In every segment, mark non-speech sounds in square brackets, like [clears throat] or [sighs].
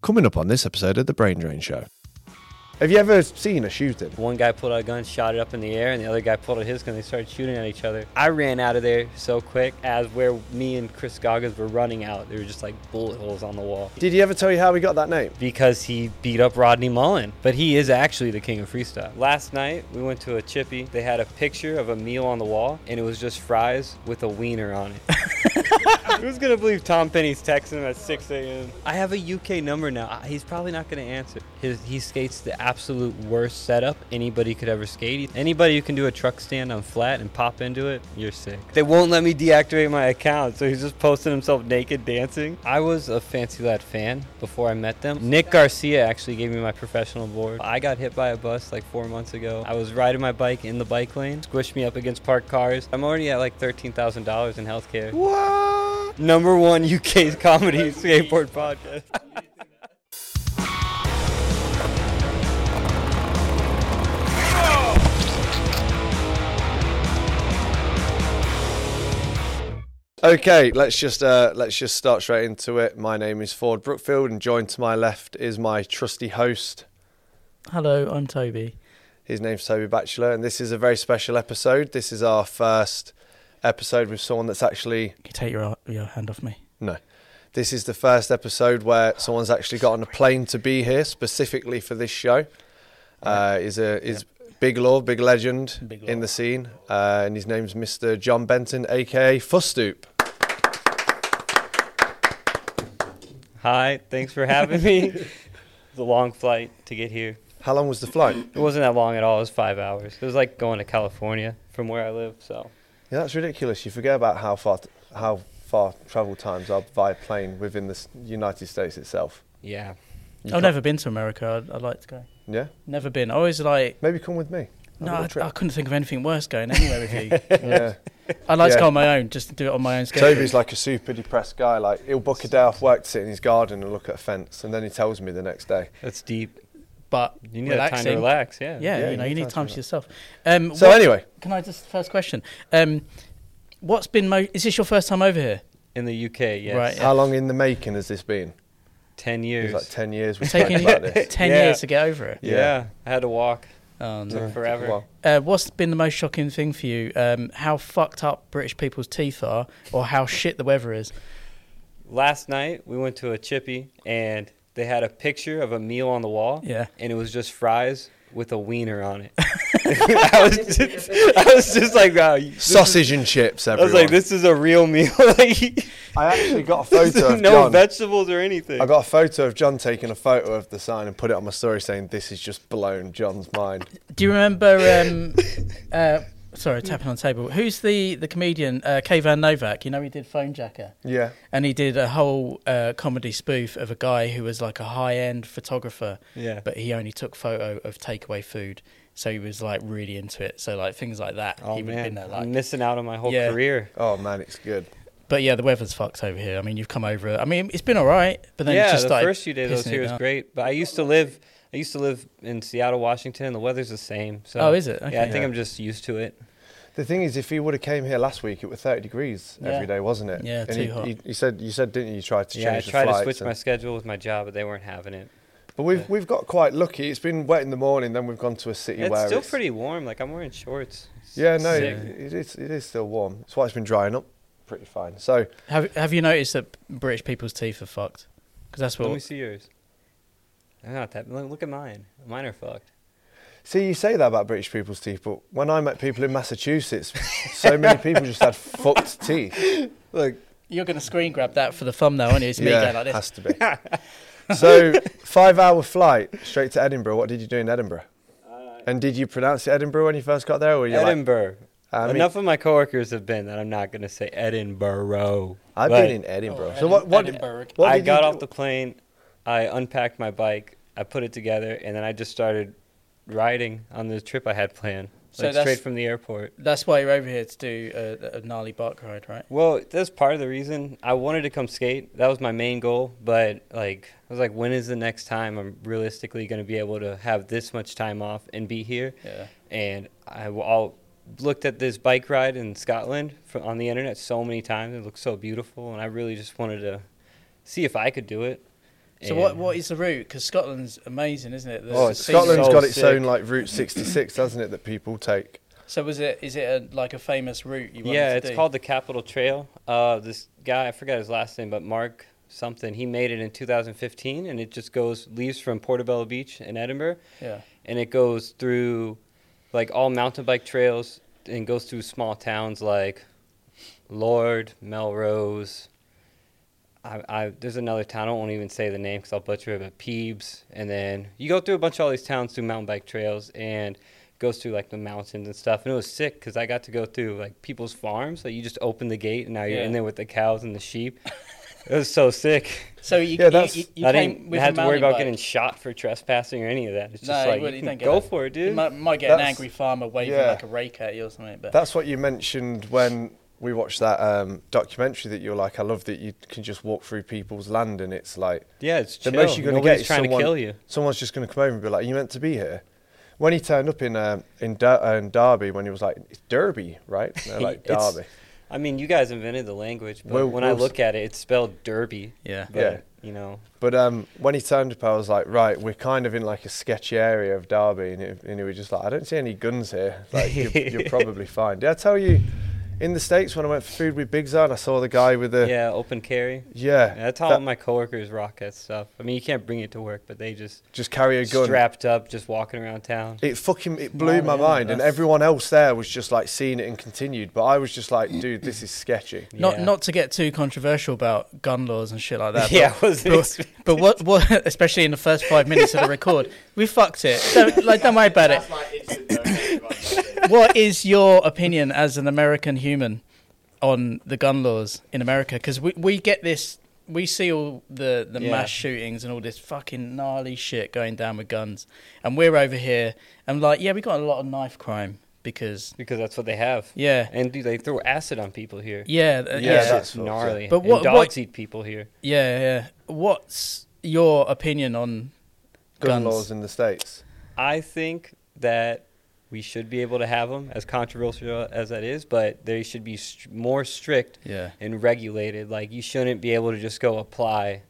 Coming up on this episode of The Brain Drain Show. Have you ever seen a shooting? One guy pulled out a gun, shot it up in the air, and the other guy pulled out his gun. They started shooting at each other. I ran out of there so quick as where me and Chris Goggins were running out. There were just like bullet holes on the wall Did he ever tell you how he got that name? because he beat up Rodney Mullen. But he is actually the king of freestyle. Last night we went to a chippy. They had a picture of a meal on the wall, and it was just fries with a wiener on it. [laughs] Who's gonna believe Tom Penny's texting him at 6 a.m.? I have a UK number now. I- He's probably not gonna answer. His, he skates the absolute worst setup anybody could ever skate. Anybody who can do a truck stand on flat and pop into it, you're sick. They won't let me deactivate my account, so he's just posting himself naked dancing. I was a Fancy Lad fan before I met them. Nick Garcia actually gave me my professional board. I got hit by a bus like four months ago. I was riding my bike in the bike lane, squished me up against parked cars. I'm already at like $13,000 in healthcare What? number one UK comedy skateboard podcast. Okay, let's just uh, let's just start straight into it. My name is Ford Brookfield, and joined to my left is my trusty host. Hello, I'm Toby. His name's Toby Batchelor, and this is a very special episode. This is our first episode with someone that's actually Can you take your your hand off me? no. This is the first episode where someone's actually got on a plane to be here specifically for this show. Uh, is a is big law, big legend Big in Law. the scene, uh, and his name's Mr. John Benton, aka Fustoop. Hi, thanks for having me. It's a long flight to get here. How long was the flight? It wasn't that long at all. It was five hours. It was like going to California from where I live. So Yeah, that's ridiculous. You forget about how far t- how far travel times are via plane within the s- United States itself. [laughs] yeah, You I've can't- never been to America. I'd, I'd like to go. Yeah, Never been. I always like. maybe come with me. Have a No, little I, trip. I couldn't think of anything worse going anywhere [laughs] with you. yeah. I'd like Yeah. to go on my own, just to do it on my own schedule. Toby's like a super depressed guy. Like he'll book a day off work to sit in his garden and look at a fence, and then he tells me the next day. that's deep. but You need that time to relaxing. relax. Yeah. Yeah, Yeah, you know, you you can need time do to yourself. Um, So what- anyway, can I just first question? Um, what's been mo- is this your first time over here? In the UK, yes. Right, yeah. how long in the making has this been? It Ten was years. like ten years. We spoke Taking about this. [laughs] ten Yeah. years to get over it. yeah. I had to walk. Oh, Took no. Yeah. forever. Well, Uh, what's been the most shocking thing for you? Um, how fucked up British people's teeth are, or how shit the weather is? Last night we went to a chippy and they had a picture of a meal on the wall. Yeah. and it was just fries with a wiener on [laughs] it. [laughs] I was just, I was just like, wow. this is- sausage and chips. I Everyone. was like, this is a real meal. [laughs] like, I actually got a [laughs] this photo is of no John. vegetables or anything. I got a photo of John taking a photo of the sign and put it on my story saying this is just blown John's mind. Do you remember? [laughs] Um, uh, sorry, tapping on the table. Who's the the comedian? Uh, K Van Novak. You know he did Phone Jacker, Yeah. and he did a whole uh, comedy spoof of a guy who was like a high end photographer, yeah. but he only took photo of takeaway food. So he was like really into it. So like things like that. Oh he would've man, been there, I'm like- missing out on my whole Yeah. career. Oh man, it's good. But yeah, the weather's fucked over here. I mean, you've come over. I mean, it's been all right, but then it's yeah, just the started first few days I was pissing it here was down. great, but I used to live. I used to live in Seattle, Washington. and The weather's the same. So Oh, is it? Yeah, I Okay. think Yeah. I'm just used to it. The thing is, if he would have came here last week, it was 30 degrees every Yeah. day, wasn't it? Yeah, and too he, hot. He, he said, you said, didn't you? You tried to yeah, I change tried the to flights. switch my and- schedule with my job, but they weren't having it. but we've yeah. we've got quite lucky. It's been wet in the morning, then we've gone to a city It's where still pretty warm. Like I'm wearing shorts. It's Yeah, no, it, sick. it is. It is still warm. That's why it's been drying up pretty fine. So Have Have you noticed that British people's teeth are fucked? Because that's Let me what. see yours. I'm not that. Look, look at mine. Mine are fucked. see, you say that about British people's teeth, but when I met people in [laughs] Massachusetts, so many people just had fucked teeth. Look, You're going to screen grab that for the thumbnail, aren't you? It's me going like this. has to be. so, five-hour flight straight to Edinburgh. What did you do in Edinburgh? Uh, and did you pronounce it Edinburgh when you first got there, or were you like, Edinburgh. I mean- Enough of my coworkers have been that I'm not going to say Edinburgh. I've Like, been in Edinburgh. Oh, so what? What? Edinburgh. what I did you got do? off the plane. I unpacked my bike. I put it together, and then I just started riding on the trip I had planned, So like that's- straight from the airport. That's why you're over here to do a, a gnarly bike ride, right? Well, that's part of the reason I wanted to come skate. That was my main goal, but like I was like, when is the next time I'm realistically going to be able to have this much time off and be here? Yeah. and I w- all looked at this bike ride in Scotland fro- on the internet so many times. It looked so beautiful, and I really just wanted to see if I could do it. So what what is the route? Because Scotland's amazing, isn't it? The Oh, sea Scotland's route. got its sick. own like Route 66, hasn't it? That people take. So was it? Is it a, like a famous route? You wanted yeah, to it's do? called the Capitol Trail. Uh, this guy, I forgot his last name, but Mark something. He made it in 2015, and it just goes leaves from Portobello Beach in Edinburgh, Yeah. and it goes through like all mountain bike trails, and goes through small towns like Lord, Melrose. I, I, there's another town. I don't want to even say the name because I'll butcher it. But Peebs, and then you go through a bunch of all these towns through mountain bike trails, and goes through like the mountains and stuff. And it was sick because I got to go through like people's farms. Like you just open the gate and now you're in Yeah. there with the cows and the sheep. it was so sick. So you Yeah, you- that's- you, you I came didn't with have a to worry mountain about bike. getting shot for trespassing or any of that. It's just No, like well, you you can don't get go that. for it, You dude. might, might get an That's- angry farmer waving yeah. like a rake at you or something. But That's what you mentioned when we watched that um, documentary that you were like, I love that you can just walk through people's land and it's like yeah, it's the chill. most you're going to Nobody's get is trying someone, to kill you. Someone's just going to come over and be like, "You meant to be here." When he turned up in um in, Der- uh, in Derby, when he was like, "It's Derby, [laughs] right?" And they're like It's- Derby. I mean, you guys invented the language, but Well, when I well, look at it, it's spelled derby. yeah, But, Yeah. You know, But um, when he turned up, I was like, "Right, we're kind of in like a sketchy area of Derby," and, it, and he was just like, "I don't see any guns here. Like, [laughs] you're, you're probably fine." Did I tell you? In the states, when I went for food with Big Zan, I saw the guy with the yeah, open carry. yeah, That's how that- all my coworkers rock that stuff. I mean, you can't bring it to work, but they just just carry a gun. strapped up, just walking around [laughs] town. It fucking it blew Smart, my yeah, mind, and that's- everyone else there was just like seeing it and continued. But I was just like, "Dude, this is sketchy." not Yeah. not to get too controversial about gun laws and shit like that. [laughs] but- yeah, I wasn't But, expect- but what what especially in the first five minutes of the record, we fucked it. Don't, like don't worry about it. That's like instant no name, right? What is your opinion as an American human on the gun laws in America? Because we we get this. We see all the, the Yeah. mass shootings and all this fucking gnarly shit going down with guns. And we're over here and like, yeah, we got a lot of knife crime because, because that's what they have. yeah, And dude, they throw acid on people here. yeah, yeah, Yeah, yeah, that- it's that's what- gnarly. But But what- what, dogs what- eat people here? yeah, What's your opinion on Gun guns? laws in the states. I think that we should be able to have them, as controversial as that is, but they should be str more strict Yeah, and regulated. Like you shouldn't be able to just go apply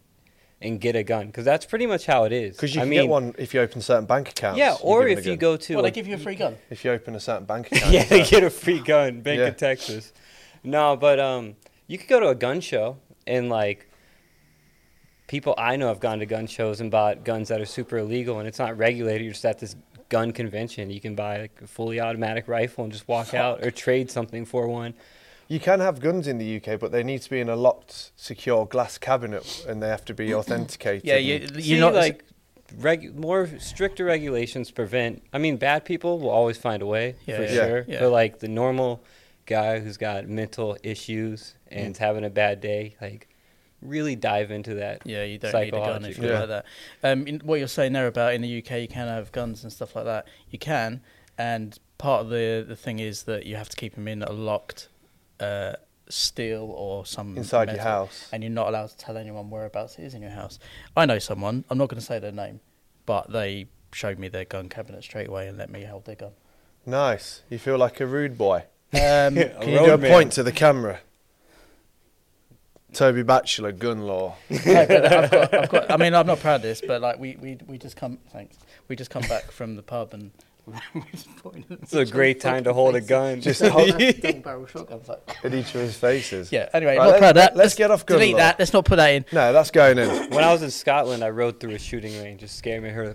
and get a gun because that's pretty much how it is. Because you I can mean, get one if you open certain bank accounts. Yeah, you're or given a if you gun. go to well, a- they give you a free gun. if you open a certain [laughs] bank [laughs] account. yeah, they it's get a free gun, Bank Yeah. of Texas. No, but um, you could go to a gun show and like people I know have gone to gun shows and bought guns that are super illegal and it's not regulated. You're just at this gun convention. You can buy like a fully automatic rifle and just walk out or trade something for one. You can have guns in the UK, but they need to be in a locked, secure glass cabinet, and they have [clears throat] to be authenticated. Yeah, and- you, you're See, not like reg- more stricter regulations prevent. I mean, bad people will always find a way Yeah, for yeah, sure. yeah. But like the normal guy who's got mental issues and Mm. is having a bad day, like really dive into that. Yeah, you don't need a gun if Psychological. you're Yeah. like that. Um, in, what you're saying there about in the UK you can have guns and stuff like that. You can, and part of the the thing is that you have to keep them in a locked uh, steel or some inside your metal, house. and you're not allowed to tell anyone whereabouts it is in your house. I know someone. I'm not going to say their name, but they showed me their gun cabinet straight away and let me hold their [laughs] gun. Nice. You feel like a rude boy. Um, A Can you do a roadman. point to the camera? Toby Batchelor, gun [laughs] law. No, but I've got, I've got, I mean, I'm not proud of this, but like we, we, we just come thanks. We just come back from the pub and [laughs] we just pointed at It's a [laughs] great time to hold a gun. Just [laughs] double barrel shotguns. Like. at each of his faces. Yeah. Anyway, Right, not let's- proud of that. let's get off gun Delete law. that. Let's not put that in. No, that's going in. [laughs] when I was in Scotland, I rode through a shooting range. Just scared me. [laughs] Heard,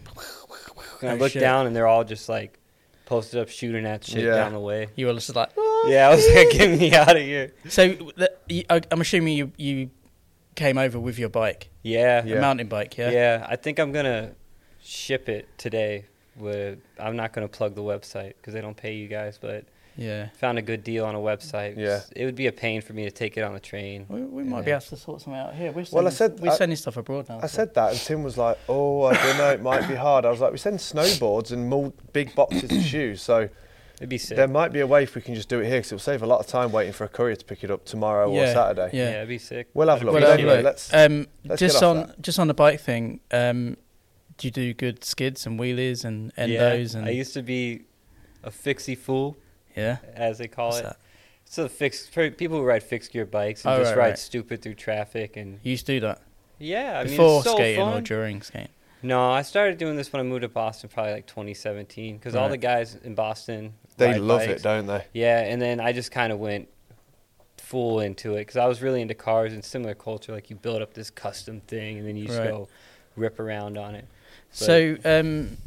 and I Oh, looked shit. down, and they're all just like posted up shooting at shit Yeah. down [laughs] the way. You were just like. Yeah, I was like, get me out of here. So the, you, I, I'm assuming you you came over with your bike, Yeah, Yeah. a mountain bike. Yeah. Yeah. I think I'm gonna ship it today. With I'm not gonna plug the website because they don't pay you guys, but Yeah. found a good deal on a website. Yeah. it would be a pain for me to take it on the train. We, we might Yeah. be able to sort something out here. We're Well, I sending, said- we're I- sending stuff abroad now. I so- said that, and Tim was like, "Oh, I don't know. It might be hard." I was like, "We send snowboards and mul- big boxes of shoes, so It'd be sick. there might be a way if we can just do it here, because it'll save a lot of time waiting for a courier to pick it up tomorrow or Yeah, Saturday." yeah. yeah. it'd be sick. We'll have a look. Well, But um, anyway, look, let's. um, let's get just off on just on the bike thing. Um, do you do good skids and wheelies and endos yeah, and I used to be a fixie fool, yeah? as they call What's it. that? So fixed for people who ride fixed gear bikes and Oh, just right, ride right. stupid through traffic and You used to do that. Yeah, I mean, Before it's so skating or fun. during skating? No, I started doing this when I moved to Boston, probably like 2017, because all Right. the guys in Boston They ride love bikes. it, don't they? Yeah, and then I just kind of went full into it because I was really into cars and similar culture. Like you build up this custom thing, and then you just Right. go rip around on it. But So, um,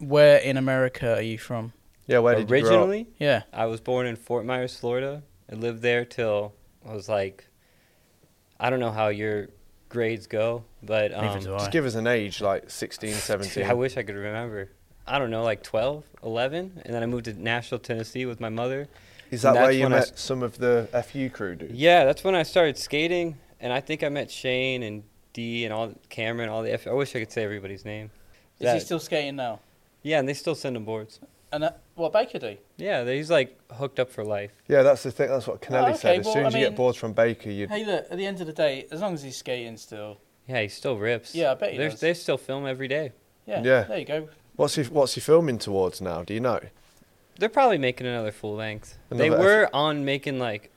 where in America are you from? Yeah, where did you grow up? originally, Yeah. I was born in Fort Myers, Florida. I lived there till I was like, I don't know how your grades go, but um, Neither do I. Just give us an age, like 16, Dude, 17. [laughs] I wish I could remember. I don't know, like 12, 11, and then I moved to Nashville, Tennessee with my mother. Is that where That's you when I met some of the FU crew dudes? Yeah, that's when I started skating, and I think I met Shane and Dee and all Cameron, all the. F- I wish I could say everybody's name. Is he That- still skating now? yeah, and they still send him boards. And uh, what Baker do? Yeah, they- he's like hooked up for life. Yeah, that's the thing. That's what Canelli okay, said. As well, soon I as you mean- get boards from Baker, you Hey, look. At the end of the day, as long as he's skating still, Yeah, he still rips. Yeah, I bet he They're- does. They still film every day. yeah. Yeah. There you go. what's he what's he filming towards now? Do you know? They're probably making another full length. they Another- were on making like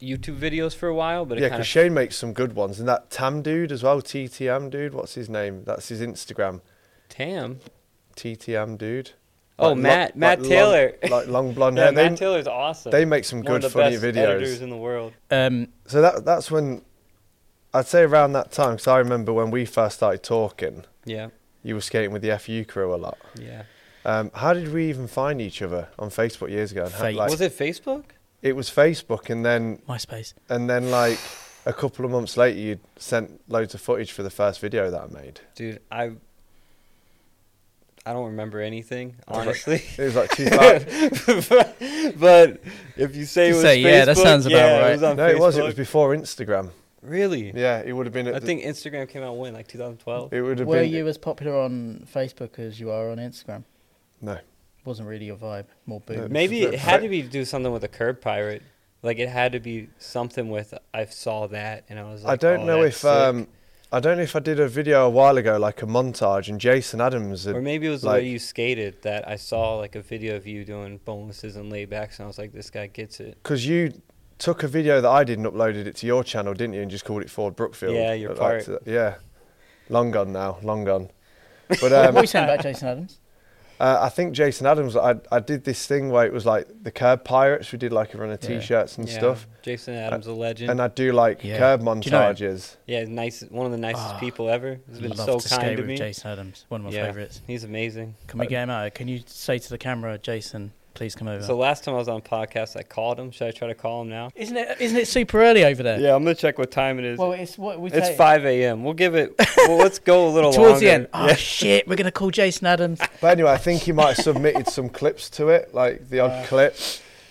YouTube videos for a while, but it yeah, kind because of Shane makes some good ones, and that Tam dude as well, TTM dude. What's his name? That's his Instagram, Tam. TTM dude. Oh, lo- Matt- Matt long- Taylor. like [laughs] long blonde Yeah, hair. Matt They, Taylor's awesome. they make some One good of the funny best editors videos. in the world. Um, So that that's when I'd say around that time, because I remember when we first started talking, Yeah, you were skating with the FU crew a lot. yeah. Um, how did we even find each other on Facebook years ago? And how- Fate. like, was it Facebook? it was Facebook, and then MySpace. and then like a couple of months later, you sent loads of footage for the first video that I made. Dude, I I don't remember anything, [laughs] honestly. [laughs] It was like 2000. but if you say it Just was say, yeah, that Facebook, sounds about yeah, right. It was on no, it was. It was Facebook. before Instagram. really. Yeah, it would have been. At I the- think Instagram came out when, like 2012. it would have Were been. you as popular on Facebook as you are on Instagram? No, Wasn't really your vibe. More boom. No. Maybe It's- it had to be to do something with a curb pirate. Like it had to be something with I saw that and I was like, I don't oh, know that's if. sick." Um, I don't know if I did a video a while ago, like a montage, and Jason Adams. Had, or maybe it was the like- way you skated that I saw like a video of you doing bonuses and laybacks and I was like, this guy gets it. Because you took a video that I did and uploaded it to your channel, didn't you? And just called it Ford Brookfield. Yeah, your I'd like part. to- yeah. Long gone now. Long gone. But what are um, you saying about Jason Adams? uh, I think Jason Adams, I, I did this thing where it was like the Curb Pirates. We did like a run of Yeah. t-shirts and Yeah, stuff. Uh, Jason Adams, a legend. And I do like Yeah. curb you know him? montages. Yeah, nice. One of the nicest Ah, people ever. He's been Love so to kind skate to with me. Jason Adams. One of my Yeah. favorites. He's amazing. Can we get him out? Can you say to the camera, Jason, please come over? So last time I was on podcast, I called him. Should I try to call him now? isn't it? Isn't it super early over there? I'm gonna check what time it is. Well, it's what we. it's say- 5 a.m. We'll give it. Well, let's [laughs] go a little Towards longer. the end. Oh [laughs] shit! We're gonna call Jason Adams. But anyway, I think he might have submitted some clips to it, like the odd clip.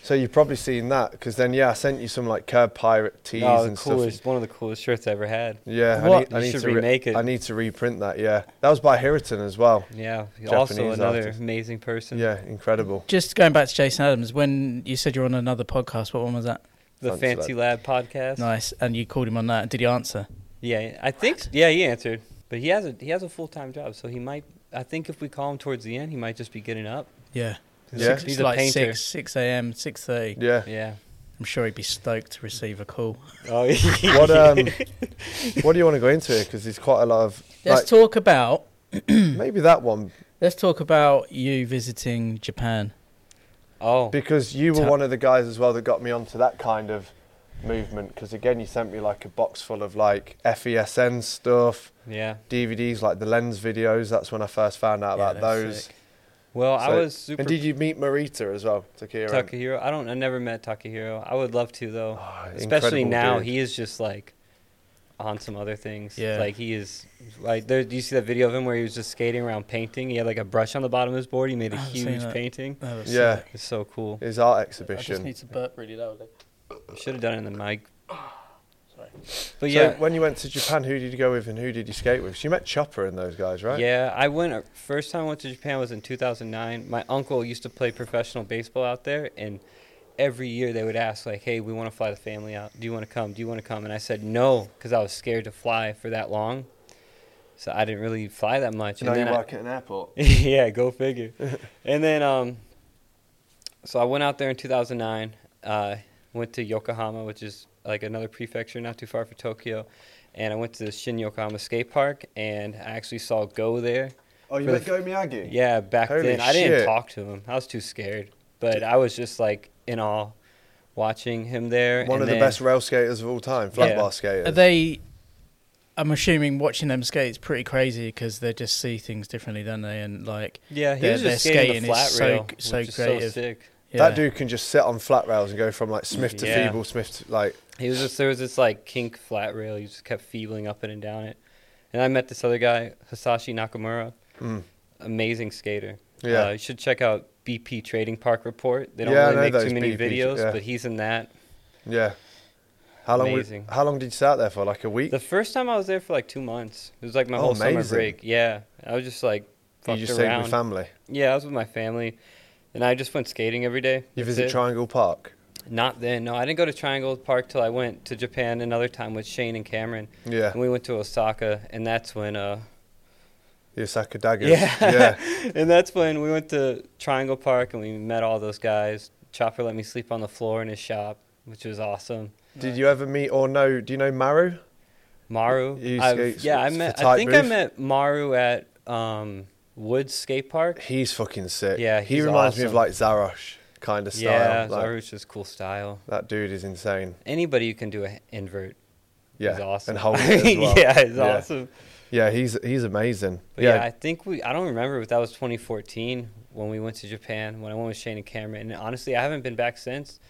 So you've probably seen that. Because then, yeah, I sent you some like Curb Pirate tees Oh, and the stuff. coolest, one of the coolest shirts I ever had. Yeah, I What? need, I You need should to re- remake it. I need to reprint that. Yeah, that was by Hiriton as well. Yeah, also Japanese another artist. amazing person. Yeah, incredible. Just going back to Jason Adams. When you said you're on another podcast, what one was that? the Fancy Fancy Lab podcast. Nice. And you called him on that. And did he answer? Yeah, I think. Yeah, he answered, but he has a he has a full time job, so he might. I think if we call him towards the end, he might just be getting up. Yeah. Yeah. Six, He's it's a like painter. six, six a.m., six thirty. Yeah. [laughs] Yeah. I'm sure he'd be stoked to receive a call. Oh, What um, what do you want to go into here? Because there's quite a lot of Let's like, talk about. maybe that one Let's talk about you visiting Japan. [laughs] oh. because you were Ta- one of the guys as well that got me onto that kind of movement. Because again, you sent me like a box full of like FESN stuff, Yeah. DVDs like the lens videos. That's when I first found out Yeah, about that's those. sick. Well, I So- was super. And did you meet Marita as well, Takira? Takahiro. I don't. I never met Takahiro. I would love to though. Oh, Especially incredible now, dude. he is just like on some other things. Yeah. Like he is like there. Do you see that video of him where he was just skating around painting? He had like a brush on the bottom of his board. He made a I haven't seen huge that. painting. That was Yeah. sick. It's so cool. his art I just exhibition. need to burp really loudly. Should have done it in the mic. [sighs] Sorry. But So yeah. when you went to Japan, who did you go with and who did you skate with? So you met Chopper and those guys, right? Yeah, I went. uh, First time I went to Japan was in 2009. My uncle used to play professional baseball out there, and every year they would ask like, "Hey, we want to fly the family out. Do you want to come? Do you want to come?" And I said no because I was scared to fly for that long, so I didn't really fly that much. Now and you then I- work at an airport. [laughs] yeah, go [laughs] figure. and then, um, so I went out there in 2009. Uh, went to Yokohama, which is like another prefecture, not too far from Tokyo, and I went to the Shin Yokohama skate park, and I actually saw Go there. Oh, you For the met Go Miyagi? Yeah, back Holy then I didn't shit. talk to him. I was too scared, but I was just like in awe, watching him there. One and of then- the best rail skaters of all time, flat Yeah. bar skaters. Are they? I'm assuming watching them skate is pretty crazy because they just see things differently, don't they? And like, Yeah, he Their- was their just skating, skating the is flat so- rail, so which is creative. so sick. yeah. That dude can just sit on flat rails and go from like Smith to Yeah. Feeble, Smith to like. He was just there was this like kink flat rail. You just kept feebling up it and down it. And I met this other guy, Hisashi Nakamura, Mm. amazing skater. Yeah. uh, you should check out BP Trading Park Report. They don't Yeah, I know really make those too many BP videos, yeah. but he's in that. Yeah. How long? Were, Amazing. how long did you stay out there for? Like a week. The first time I was there for like two months. It was like my Oh, whole summer amazing. break. Yeah, I was just like you fucked just stayed around. with family. yeah, I was with my family, and I just went skating every day. You That's visit it. Triangle Park. Not then. No, I didn't go to Triangle Park till I went to Japan another time with Shane and Cameron. Yeah. And we went to Osaka, and that's when uh, The Osaka Daggers. Yeah. [laughs] [laughs] yeah. and that's when we went to Triangle Park and we met all those guys. Chopper let me sleep on the floor in his shop, which was awesome. Did you ever meet or know? Do you know Maru? Maru, You I've- skate yeah, I for met. I Type think I Booth? met Maru at um, Woods Skate Park. He's fucking sick. Yeah, He he's reminds me of awesome. like Zarosh kind of style. Yeah, like, Maru's just cool style. That dude is insane. Anybody who can do an invert Yeah. is awesome. And [laughs] holds it as well. yeah, it's Yeah. awesome. Yeah, he's he's amazing. But yeah. I think we. I don't remember if that was 2014 when we went to Japan when I went with Shane and Cameron. And honestly, I haven't been back since.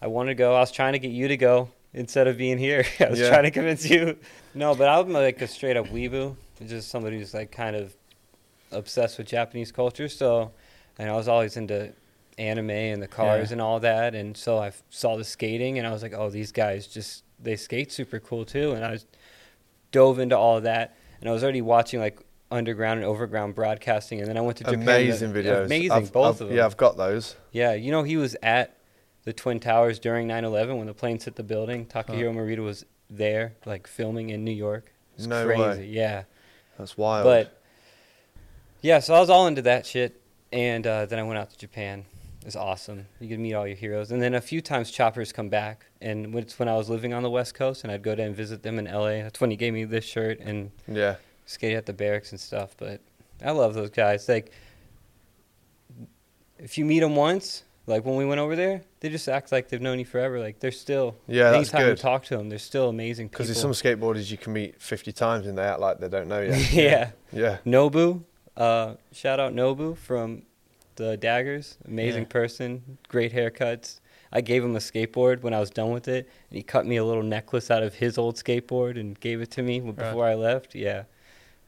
I wanted to go. I was trying to get you to go instead of being here. [laughs] I was Yeah. trying to convince you. No, but I'm like a straight up weeboo, just somebody who's like kind of obsessed with Japanese culture. So, and I was always into anime and the cars Yeah. and all that. And so I f- saw the skating, and I was like, oh, these guys just they skate super cool too. And I was dove into all of that, and I was already watching like underground and overground broadcasting. And then I went to Japan. amazing the- videos. Amazing, I've- both I've- of them. Yeah, I've got those. Yeah, you know, he was at the Twin Towers during 9 11 when the planes hit the building. Takahiro Morita was there, like filming in New York. It's No crazy. way. Yeah. That's wild. But yeah, so I was all into that shit. And uh, then I went out to Japan. It's awesome. You could meet all your heroes. And then a few times choppers come back. And when- it's when I was living on the West Coast and I'd go down and visit them in LA. That's when he gave me this shirt and yeah, skate at the barracks and stuff. But I love those guys. Like, if you meet them once, like when we went over there, they just act like they've known you forever. Like they're still Yeah, that's Anytime you good. talk to them, they're still amazing people. because there's some skateboarders you can meet 50 times and they act like they don't know you. [laughs] yeah. yeah. Nobu, uh, shout out Nobu from the Daggers. Amazing Yeah. person, great haircuts. I gave him a skateboard when I was done with it, and he cut me a little necklace out of his old skateboard and gave it to me before I left. Yeah,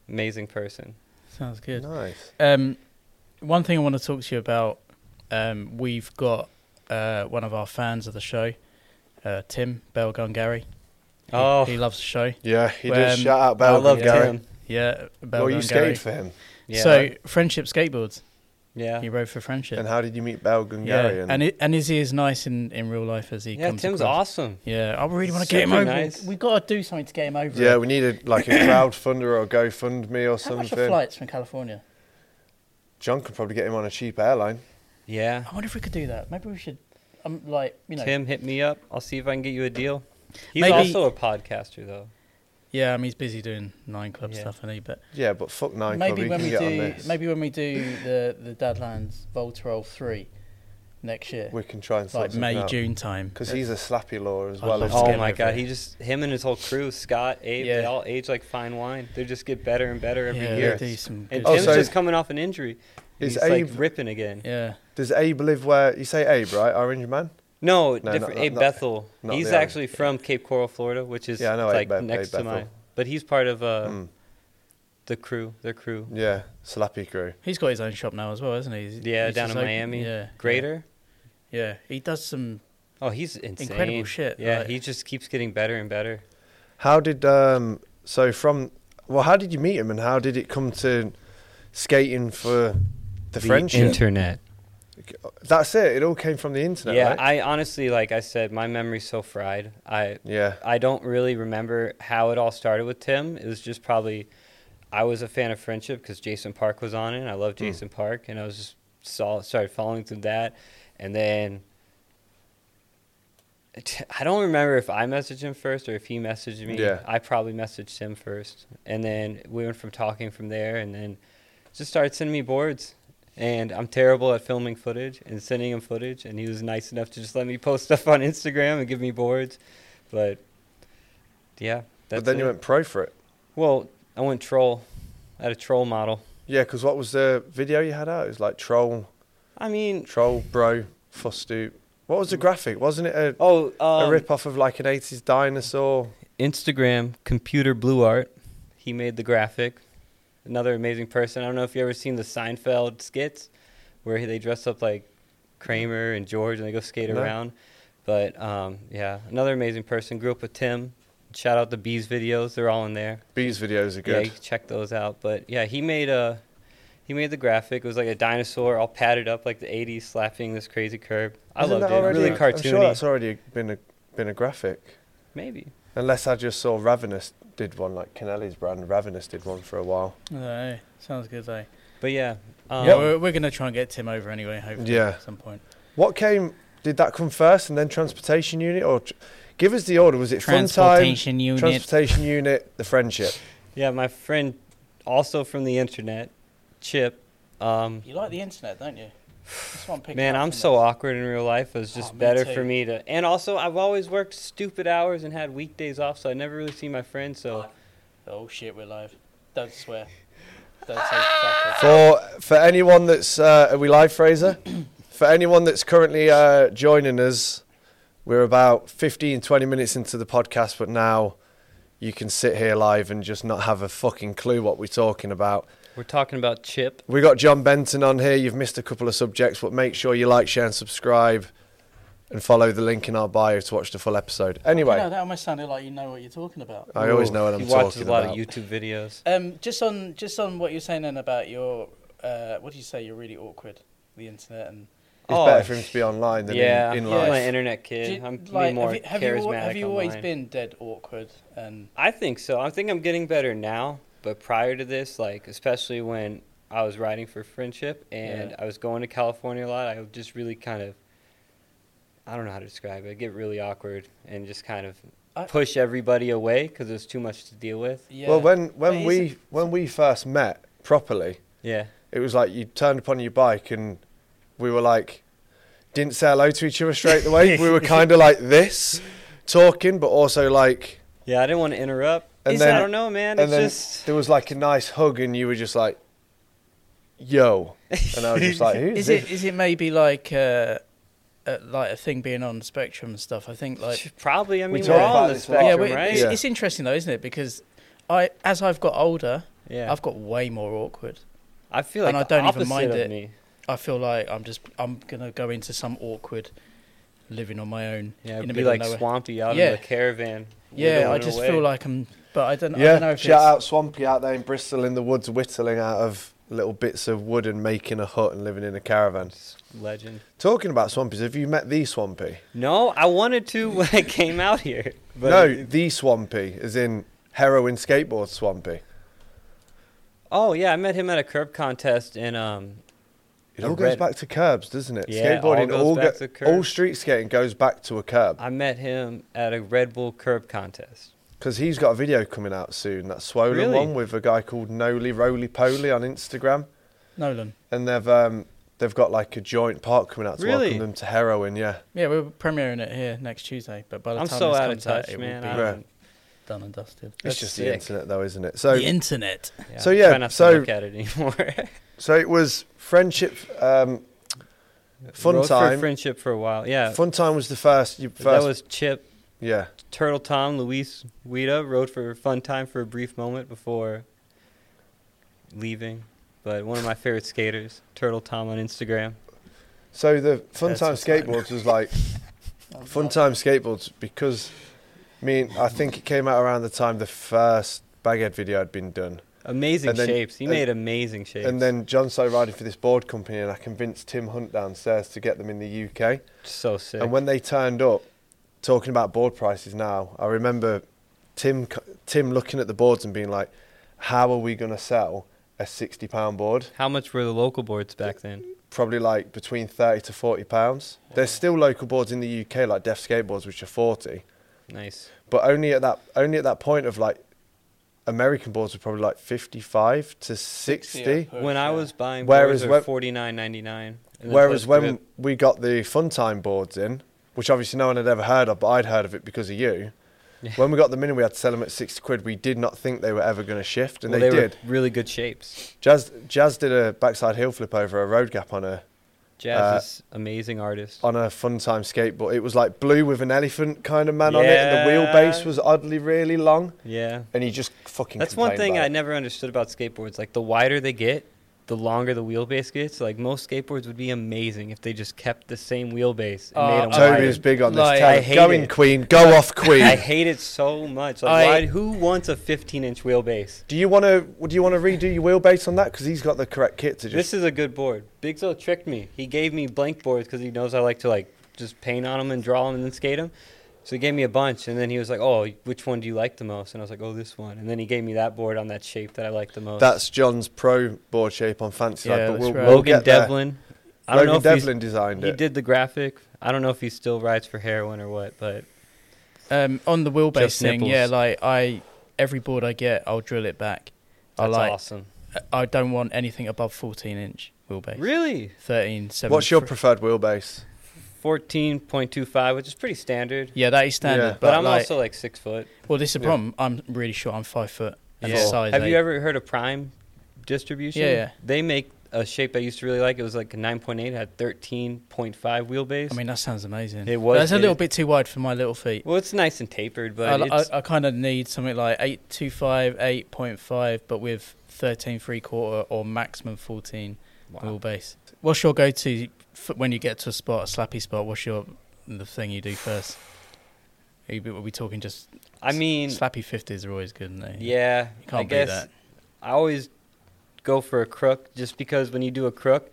amazing person. sounds good. Nice. Um, one thing I want to talk to you about. Um, we've got uh, one of our fans of the show, uh, Tim Bell Gungari. He- Oh. he loves the show. Yeah, he Well, does. um, Shout out I Bell. love Gungari. Tim. Yeah, Bell Well, you Gungari. skated for him. Yeah. So friendship skateboards. yeah, He rode for friendship. And how did you meet Bell Gungari? yeah, and it, and is he as nice in, in real life as he yeah, comes Tim's across? awesome. Yeah, I really want to Super get him over. nice. We've got to do something to get him over. yeah, it. we needed like [coughs] a crowdfunder or a GoFundMe or How much something. are flights from California? John could probably get him on a cheap airline. Yeah, I wonder if we could do that. Maybe we should. I'm like, Oh, you know. Tim, hit me up. I'll see if I can get you a deal. He's Maybe- also a podcaster though. Yeah, I mean, he's busy doing nine club Yeah. stuff, isn't he? But Yeah, but fuck nine maybe club. when he we can get do, on this. maybe when we do the the Dadlands Volta Roll three next year, we can try and sort like May June time. Because he's a slappy law as I'd well. love isn't to he? Oh get my over god, it. he just him and his whole crew, Scott, Abe, they Yeah. all age like fine wine. They just get better and better every yeah, year. they do some And good Oh, Tim's so- just coming off an injury. Is He's like Abe- ripping again. yeah, Does Abe live where you say Abe, right? Orange man. No, No, different. not- Abe not- Bethel. not he's the other- actually from Cape Coral, Florida, which is Yeah, I know Abe like Beth- next Abe to my. Bethel. But he's part of uh, Mm. the crew. Their crew. Yeah, slappy crew. he's got his own shop now as well, isn't he? He's- Yeah, he's down just in open- Miami. Yeah, Greater. Yeah, Yeah, he does some. Oh, he's insane. Incredible shit, Yeah, like- he just keeps getting better and better. How did um so from well how did you meet him and how did it come to skating for the, friendship? internet. That's it. It all came from the internet, yeah, right? I honestly, like I said, my memory's so fried. I yeah. I don't really remember how it all started with Tim. It was just probably I was a fan of Friendship because Jason Park was on it. And I love Jason Park, and I was just saw started following through that, and then t- I don't remember if I messaged him first or if he messaged me. Yeah. I probably messaged him first, and then we went from talking from there, and then just started sending me boards. And I'm terrible at filming footage and sending him footage, and he was nice enough to just let me post stuff on Instagram and give me boards, but yeah. but then you it. went pro for it. Well, I went troll. I had a troll model. Yeah, because what was the video you had out? It was like troll, I mean, troll, bro, fustoop. What was the graphic? Wasn't it a, oh, a Mm. um, rip off of like an 80s dinosaur? Instagram computer blue art. He made the graphic. Another amazing person. I don't know if you ever seen the Seinfeld skits where they dress up like Kramer and George and they go skate No. around. But um, yeah, another amazing person. Grew up with Tim. Shout out the Bees videos. They're all in there. Bees videos are Yeah, good. you can check those out. But yeah, he made a he made the graphic. It was like a dinosaur all padded up like the '80s, slapping this crazy curb. I Isn't loved that it. already- Really I'm sure cartoony. that's already been a, been a graphic. Maybe. Unless I just saw Ravenous did one, like Canelli's brand. Ravenous did one for a while. No, sounds good though. But yeah. Um, Yeah, we're, we're gonna try and get Tim over anyway. Hopefully, Yeah. at some point. What came? Did that come first and then transportation unit, or tr- give us the order? Was it fun time, Transportation unit. transportation unit, the friendship? Yeah, my friend, also from the internet, Chip. Um, you like the internet, don't you? That's what I'm picking man, up I'm from so this. awkward in real life. It's just Oh, me better too. for me to. And also, I've always worked stupid hours and had weekdays off, so I never really see my friends. So Oh shit, we're live. Don't swear. Don't say [laughs] fuck. off. For for anyone that's uh, are we live, Fraser? [clears throat] for anyone that's currently uh, joining us, we're about 15, 20 minutes into the podcast, but now you can sit here live and just not have a fucking clue what we're talking about. we're talking about Chip. We got John Benton on here. You've missed a couple of subjects, but make sure you like, share, and subscribe, and follow the link in our bio to watch the full episode. You know, Anyway, that almost sounded like you know what you're talking about. I always know what I'm he watches talking a lot about. of YouTube videos. Um, just on just on what you're saying then about your uh, what do you say? You're really awkward. The internet and It's Oh, better for him to be online than yeah, in, in I'm life. an internet Do kid. you- I'm being like, more have you, have charismatic You, al- have you always online. been dead awkward? And I think so. I think I'm getting better now, but prior to this, like especially when I was riding for friendship and Yeah. I was going to California a lot, I would just really kind of I don't know how to describe it. I get really awkward and just kind of I- push everybody away because there's too much to deal with. yeah, Well, when But when is we when we first met properly, Yeah. it was like you turned upon your bike and we were like didn't say hello to each other straight away. [laughs] we were kind of like this, talking, but also like Yeah, I didn't want to interrupt. And Is- then- I don't know, man. and It's then just there was like a nice hug and you were just like, "Yo," and I was just [laughs] like, "Who's is this?" it is it maybe like uh, uh, like a thing being on spectrum and stuff? I think like probably I mean we talk are all about on the this a lot. Yeah, spectrum, but right? It's, Yeah. it's interesting though, isn't it? Because I as I've got older, Yeah. I've got way more awkward. I feel like and I the don't even opposite mind of it. me. I feel like I'm just I'm gonna go into some awkward living on my own. Yeah, in it'd the be middle like of nowhere. swampy out Yeah. in the caravan. Yeah, I whittling just away. feel like I'm. But I don't. I don't know Yeah, if shout it's, out Swampy out there in Bristol in the woods, whittling out of little bits of wood and making a hut and living in a caravan. legend. Talking about Swampies, have you met the Swampy? No, I wanted to when I came out here. [laughs] But no, the Swampy, as in heroin skateboard Swampy. Oh yeah, I met him at a curb contest in um It all I've goes read- back to curbs, doesn't it? Yeah, it all Skateboarding goes all, back go- to all curb. street skating goes back to a curb I met him at a Red Bull curb contest. because he's got a video coming out soon. That swollen Really? one with a guy called Noli Roly Poly on Instagram, Nolan. and they've um, they've got like a joint part coming out to Really? welcome them to heroin. Yeah, Yeah, we're premiering it here next Tuesday. But by the I'm time so this out of comes out, touch, it man. will I be Yeah. don't- done and dusted. That's it's just the sick. internet though, isn't it? So the internet. So, yeah, try not to so- look at it anymore. [laughs] so it was friendship. Um, Fun Rode for time. friendship for a while. Yeah, Fun time was the first. You that first was Chip yeah. Turtle Tom Luis Guida rode for fun time for a brief moment before leaving. But one of my favorite skaters, Turtle Tom on Instagram. So the fun That's time what's happening. skateboards was like fun time skateboards because I mean I think it came out around the time the first baghead video had been done. Amazing And then- shapes. He and- made amazing shapes. And then John started riding for this board company, and I convinced Tim Hunt downstairs to get them in the UK. so sick. And when they turned up, talking about board prices now, I remember Tim c- Tim looking at the boards and being like, "How are we going to sell a sixty pound board?" How much were the local boards back then? probably like between 30 to 40 pounds. There's still local boards in the UK like Def Skateboards which are 40, Nice. but only at that only at that point of like American boards are probably like 55 to 60. When I was buying Whereas boards are when- forty nine ninety nine. Whereas when we got the Funtime boards in, which obviously no one had ever heard of, but I'd heard of it because of you. Yeah. When we got them in, and we had to sell them at 60 quid. We did not think they were ever going to shift, and they, did. were really good shapes. Jazz, Jazz did a backside heel flip over a road gap on a Jazz Uh, is amazing artist. on a fun time skateboard. It was like blue with an elephant kind of man on it. And the Yeah. wheelbase was oddly really long, yeah. and he just fucking. That's one complained thing about I it. never understood about skateboards. Like the wider they get, the longer the wheelbase gets. Like most skateboards would be amazing if they just kept the same wheelbase and Oh, made them Uh, Toby wider. is big on this. Like, Tell I him, hate go in, it. Queen. Go off, Queen. I hate it so much. Like, I- why, who wants a 15-inch wheelbase? do you want to? Do you want to redo your wheelbase on that? Because he's got the correct kit to just. This is a good board. Big Zo tricked me. He gave me blank boards because he knows I like to like just paint on them and draw them and then skate them. So he gave me a bunch, and then he was like, "Oh, which one do you like the most?" And I was like, "Oh, this one." And then he gave me that board on that shape that I like the most. That's John's pro board shape on Fancy Yeah, Life, but that's we'll, right. we'll Logan get there. Devlin. I don't uh, Logan know if he's- Devlin designed he it. did the graphic. I don't know if he still rides for heroin or what, but Um, on the wheelbase Just thing, nipples. yeah, like I every board I get, I'll drill it back. I that's like. awesome. I don't want anything above 14 inch wheelbase. Really, 13, 7. What's your preferred wheelbase? fourteen point two five, which is pretty standard. yeah, that is standard. Yeah. But, But, I'm like, also like six foot. well, this is the Yeah. problem. I'm really sure I'm five foot. And Yeah. the size Have eight. you ever heard of Prime distribution? Yeah, yeah. They make a shape I used to really like. It was like a 9.8, had 13.5 wheelbase. I mean, that sounds amazing. It was- That's a it little is- bit too wide for my little feet. well, it's nice and tapered, I, but it's, I, I kind of need something like 825, 8.5, but with 13 three quarter or maximum 14 wow. wheelbase. What's your go to f- when you get to a spot, a slappy spot? What's your the thing you do first? Are, you, are we talking just I mean, slappy 50s are always good, aren't they? yeah, You I can't do guess that. I always go for a crook just because when you do a crook,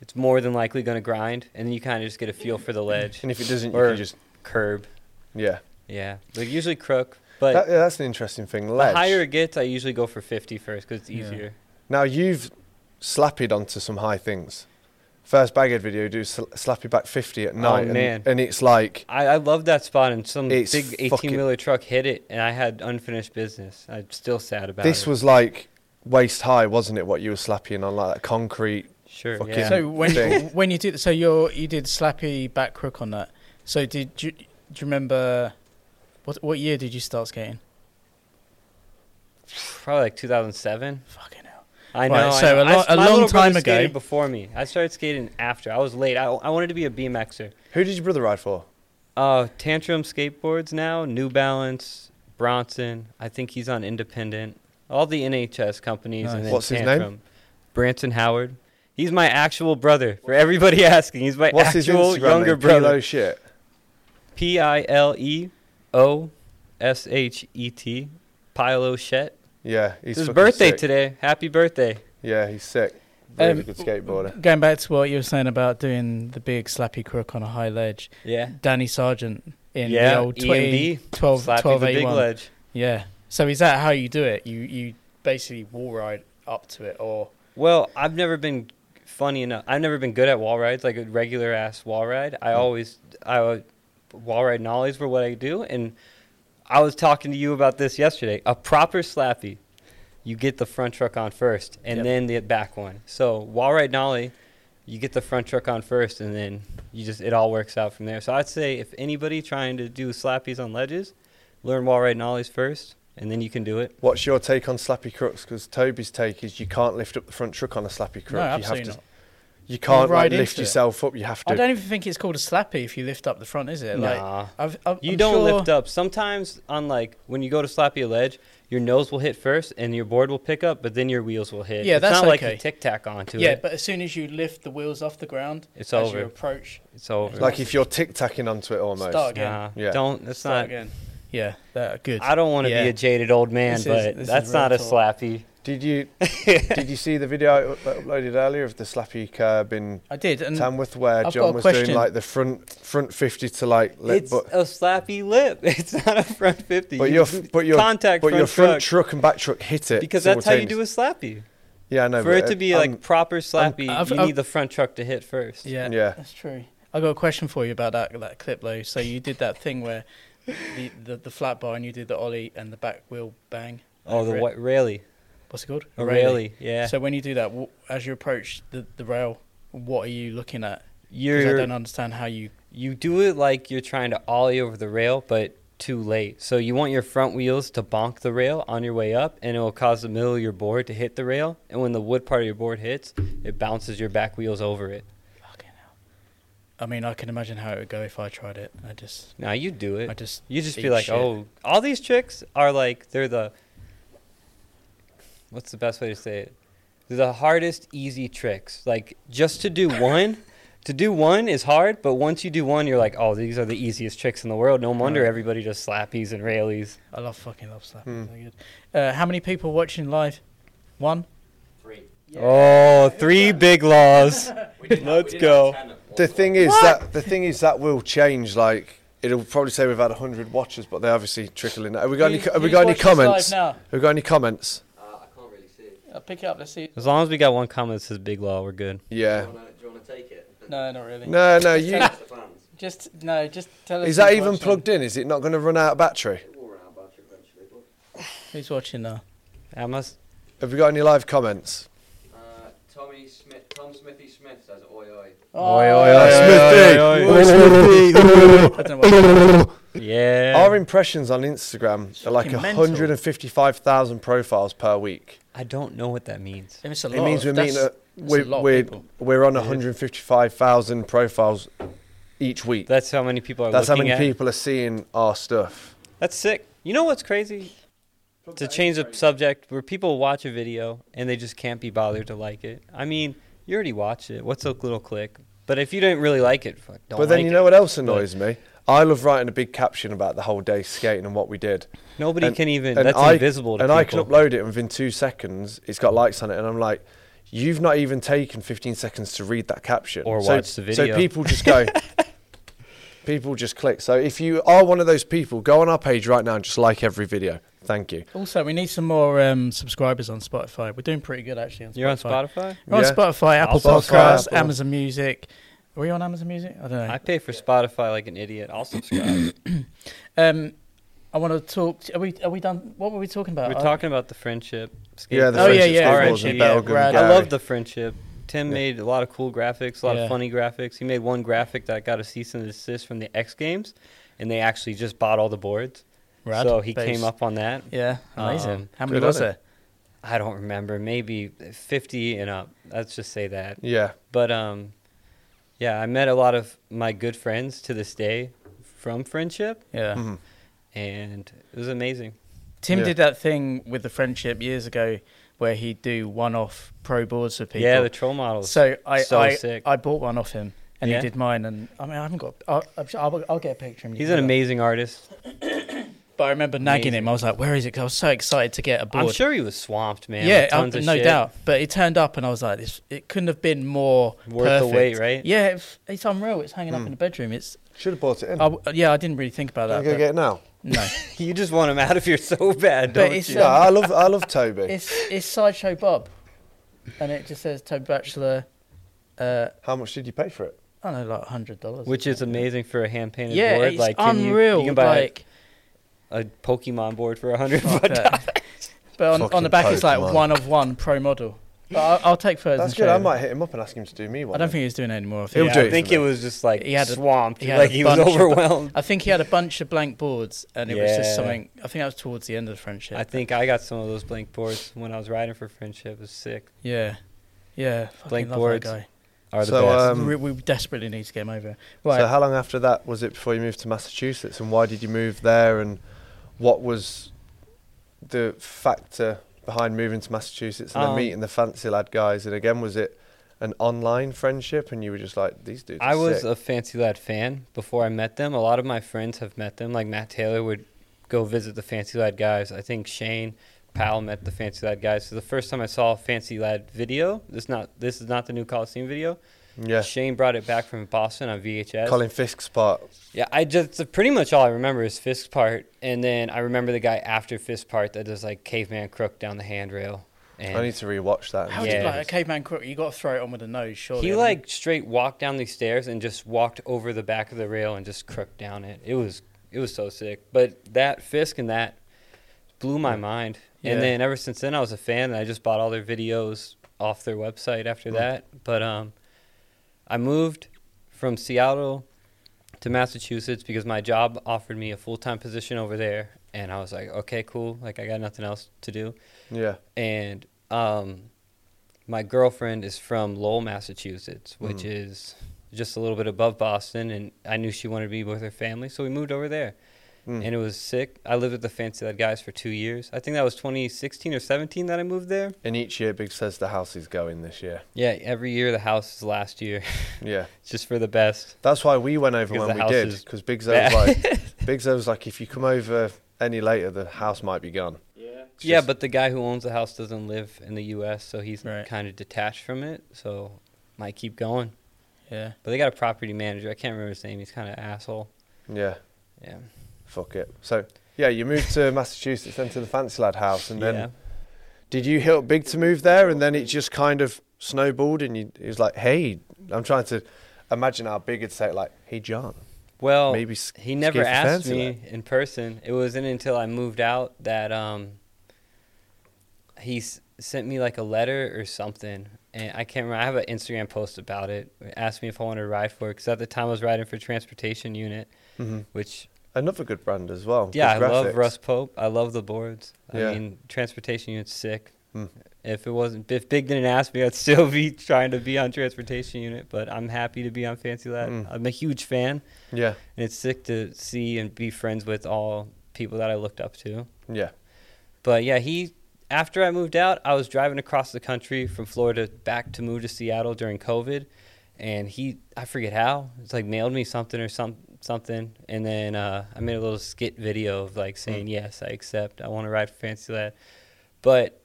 it's more than likely going to grind, and then you kind of just get a feel for the ledge, And if it doesn't, you Or- can just curb. yeah. Yeah, like usually crook, but That- yeah, that's an interesting thing. the Ledge. higher it gets, I usually go for 50 first because it's Yeah. easier. Now you've slapped onto some high things. First bagged video, you do sl- slappy back fifty at night, and, Oh, man. and it's like I, I love that spot, and some It's big fucking- eighteen wheeler truck hit it, and I had unfinished business. I'm still sad about this it. was like waist high, wasn't it? What you were slapping on like that concrete? sure, fucking- yeah. So- So when you, Thing. when you did so you you did slappy back crook on that. So did you do you remember what what year did you start skating? probably like 2007. Fucking hell. I know. Right, I so know. a lo- I s- a my long little brother time ago- skated before me, I started skating after. I was late. I, I wanted to be a BMXer. Who did your brother ride for? Uh, Tantrum skateboards now. New Balance, Bronson. I think he's on Independent. All the NHS companies. Nice. And then What's his name? Tantrum. Branson Howard. He's my actual brother. For everybody [laughs] asking, he's my What's his actual Instagram younger name? brother. Pilo shit. P I L E O S H E T. Pilo Shet. Yeah, he's It's his fucking birthday sick. today. Happy birthday. Yeah, he's sick. Really Um, good skateboarder. Going back to what you were saying about doing the big slappy crook on a high ledge, Yeah. Danny Sargent in Yeah, E the old 20, EMB, 12, Slapping 12 the big 81. ledge. Yeah. So is that how you do it? You you basically wall ride up to it, or Well, I've never been funny enough. I've never been good at wall rides, like a regular ass wall ride. I Hmm. always, I would, wall ride nollies were what I do. And I was talking to you about this yesterday. A proper slappy, you get the front truck on first and Yep. then the back one. So wall ride nollie, you get the front truck on first and then you just, it all works out from there. So I'd say if anybody trying to do slappies on ledges, learn wall ride nollies first and then you can do it. What's your take on slappy crooks? Because Toby's take is you can't lift up the front truck on a slappy crook. no, absolutely you have not. to, You can't ride like, lift into it. yourself up. You have to. I don't even think it's called a slappy if you lift up the front, is it? Like, Nah. I've, I've, You I'm don't sure- lift up. Sometimes on like when you go to slappy a ledge, your nose will hit first and your board will pick up, but then your wheels will hit. Yeah, it's that's not like okay. you tic tac onto Yeah, it. but as soon as you lift the wheels off the ground, It's as over. you approach, it's over. Like if you're tic tacking onto it almost. Start again. nah, Yeah. don't. That's start not. again. Yeah, that good. I don't want to Yeah. be a jaded old man, This is- but this is that's real not a talk. slappy. Did you did you see the video I up- uploaded earlier of the slappy curb in I did, and Tamworth where I've got John a was question. doing like the front front fifty to like lip, It's but a slappy lip. [laughs] It's not a front fifty. but You your f- but your contact but front your front truck, truck and back truck hit it because that's how you do a it. slappy. Yeah, I know. For but uh, it to be I'm- like proper slappy, I've- you I've- need the front truck to hit first. [laughs] Yeah, Yeah. that's true. I got a question for you about that that clip though. So you did that thing where the, the the flat bar and you did the ollie and the back wheel bang. Oh, the over it. what, rally. What's it called? A Railing. rally. Yeah. So when you do that, wh- as you approach the, the rail, what are you looking at? Because I You're don't understand how you. you do it like you're trying to ollie over the rail, but too late. So you want your front wheels to bonk the rail on your way up, and it will cause the middle of your board to hit the rail. And when the wood part of your board hits, it bounces your back wheels over it. Fucking hell. I mean, I can imagine how it would go if I tried it. I just, Now you do I it. just, You just be eat like, shit. oh, all these tricks are like they're the. What's the best way to say it? They're the hardest easy tricks. Like just to do one. To do one is hard, but once you do one, you're like, oh, these are the easiest tricks in the world. No wonder Right. everybody just slappies and railies. I love fucking love slapping. Hmm. so good. Uh, how many people watching live? One. Three. Oh, three big laws. [laughs] We didn't have- we Let's didn't have go. 10 at one The point. thing is that the thing is that will change. Like it'll probably say we've had hundred watchers, but they're obviously trickling. Have we got any? Who's- Have we who's got any watching this live comments? Have now? we got any comments? Uh, I can't really see. it. I'll pick it up. Let's see. As long as we got one comment that says big law, we're good. Yeah. Do you wanna- do you want to take it? No, not really. No, no. You That's the plans. Just no. Just tell us. is that who's even watching. plugged in? Is it not going to run out of battery? It will run out of battery eventually, but Who's watching now? I must. Have we got any live comments? uh, Tommy Smith, Tom Smithy Smith says oi oi. Oi, oi, Uh, Smithy! oi, oi, oi, Oh, Smithy! I don't know what- [laughs] Yeah. Our impressions on Instagram are like Fucking mental. 155,000 profiles per week. I don't know what that means. It's a It lot. means we're meeting That's- a, we're, a lot of we're, people. we're on 155,000 profiles each week. That's how many people are That's how looking many at. people are seeing our stuff. That's sick. You know what's crazy? To change the subject, where people watch a video and they just can't be bothered to like it. I mean, you already watched it. What's a little click? But if you didn't really like it, fuck, don't but then like you know it. what else annoys me? I love writing a big caption about the whole day skating and what we did. Nobody and- can even. and That's I- invisible to and people. I can upload it, and within two seconds, it's got likes on it, and I'm like, you've not even taken 15 seconds to read that caption Or watch the So video. people just [laughs] go, people just click. So if you are one of those people, go on our page right now and just like every video. Thank you. Also, we need some more um, subscribers on Spotify. We're doing pretty good actually on Spotify. You're on Spotify. We're on Yeah. Spotify, Apple Spotify, Podcasts, Apple. Amazon Music. Are we on Amazon Music? I don't know. I pay for Spotify like an idiot. I'll subscribe. um, I want to talk. Are we? Are we done? What were we talking about? We're I- talking about the friendship. Yeah, the Oh, yeah, friendship yeah, skateboards friendship, and yeah, Belgium rad. I gallery. love the friendship. Tim Yeah. made a lot of cool graphics, a lot Yeah. of funny graphics. He made one graphic that got a cease and desist from the X Games, and they actually just bought all the boards. Rad. so he Base. came up on that. Yeah, amazing. Um, How many good was on him. there? I don't remember, maybe 50 and up. Let's just say that. Yeah, But um, yeah, I met a lot of my good friends to this day from friendship, Yeah. Mhm. and it was amazing. Tim Yeah. did that thing with the friendship years ago, where he'd do one-off pro boards for people. Yeah, the troll models. So I so I, sick. I bought one off him, and Yeah? he did mine. And I mean, I haven't got. I'll, I'll, I'll get a picture. And you He's can an do that. amazing artist. But I remember nagging amazing. him. I was like, "Where is it?" 'Cause I was so excited to get a board. I'm sure he was swamped, man. yeah, with I- tons of no shit. doubt. But it turned up, and I was like, "This. It couldn't have been more Worth the perfect. wait, right? Hmm. Yeah, it's, it's unreal. It's hanging up Mm. in the bedroom. It's. should have bought it in. I w yeah, I didn't really think about Can I that. go But get it now? no, [laughs] [laughs] You just want him out of here so bad, But don't it's- um, you? Yeah, I [laughs] love, I love Toby. it's it's sideshow Bob, and it just says Toby Bachelor. Uh, How much did you pay for it? I don't know, like hundred dollars. Which is amazing for a hand painted yeah, board. it's like can you- unreal. You, can buy like, [laughs] a Pokemon board for a hundred fuck bucks. that. But on, on the Fucking back, it's like Pokemon. one of one pro model. But I'll, I'll take first. That's and good. show I you. might hit him up and ask him to do me one. I don't then. think he's doing it anymore. I He'll [laughs] Yeah, think, do I it think for it me. was just like He had a- swamped. he had a like he was bunch of- [laughs] overwhelmed. I think he had a bunch of blank boards, and it was just Yeah. something. I think that was towards the end of the friendship. I think I got some of those blank boards when I was riding for friendship. It was sick. yeah, yeah. Fucking Blank love boards. That guy. Are the So, best. um, we, we desperately need to get him over. Right. So how long after that was it before you moved to Massachusetts, and why did you move there, and what was the factor behind moving to Massachusetts and Um, then meeting the fancy lad guys? And again, was it an online friendship, and you were just like these dudes? Are I was sick. a Fancy Lad fan before I met them. A lot of my friends have met them. Like Matt Taylor would go visit the Fancy Lad guys. I think Shane Powell met the Fancy Lad guys. So the first time I saw a Fancy Lad video, this not this is not the new Coliseum video. yeah, Shane brought it back from Boston on VHS. Colin Fisk's part. Yeah, I just pretty much all I remember is fist part, and then I remember the guy after fist part that does like caveman crook down the handrail. And I need to rewatch that. How and did see Yeah. like a caveman crook? You got to throw it on with the nose, surely. he I mean, like straight walked down these stairs and just walked over the back of the rail and just crooked down it. It was it was so sick. But that Fisk and that blew my mind. Yeah. And then ever since then I was a fan and I just bought all their videos off their website after that. But um I moved from Seattle to Massachusetts because my job offered me a full-time position over there and I was like, "Okay, cool. Like I got nothing else to do." Yeah. and um, my girlfriend is from Lowell, Massachusetts, which Mm. is just a little bit above Boston, and I knew she wanted to be with her family, so we moved over there, Mm. and it was sick. I lived with the Fancy Lad guys for two years. I think that was 2016 or 17 that I moved there. And each year, Big says the house is going this year. Yeah, every year the house is last year, [laughs] Yeah. just for the best. That's why we went over Because when the we did house is because Big Zoe was [laughs] like, Big Zoe was like, if you come over any later, the house might be gone. Yeah. It's yeah, just- but the guy who owns the house doesn't live in the U.S., so he's Right. kind of detached from it. So might keep going. yeah. But they got a property manager. I can't remember his name. He's kind of asshole. yeah, Yeah. fuck it. So yeah, you moved [laughs] to Massachusetts, then to the Fancy Lad house, and then yeah. did you help Big to move there? And then it just kind of snowballed, and you, it was like, hey, I'm trying to imagine how Big would say it, like, hey John, Well, maybe s- he skate never for asked Fancy me in person. It wasn't until I moved out that um, he s- sent me like a letter or something, and I can't remember. I have an Instagram post about it. It Asked me if I wanted to ride for it because at the time I was riding for Transportation Unit, Mhm. which another good brand as well. Mm-hmm. yeah, I good love graphics. Russ Pope. I love the boards. Yeah. I mean, Transportation Unit's sick. Mm. If it wasn't if Big didn't ask me, I'd still be [laughs] trying to be on Transportation Unit. But I'm happy to be on Fancy Lad. Mm. I'm a huge fan. Yeah, And it's sick to see and be friends with all people that I looked up to. yeah, But yeah, he after I moved out, I was driving across the country from Florida back to move to Seattle during COVID, and he I forget how it's like mailed me something or some something, and then uh, I made a little skit video of like saying yes, I accept, I want to ride for Fancy Lad, but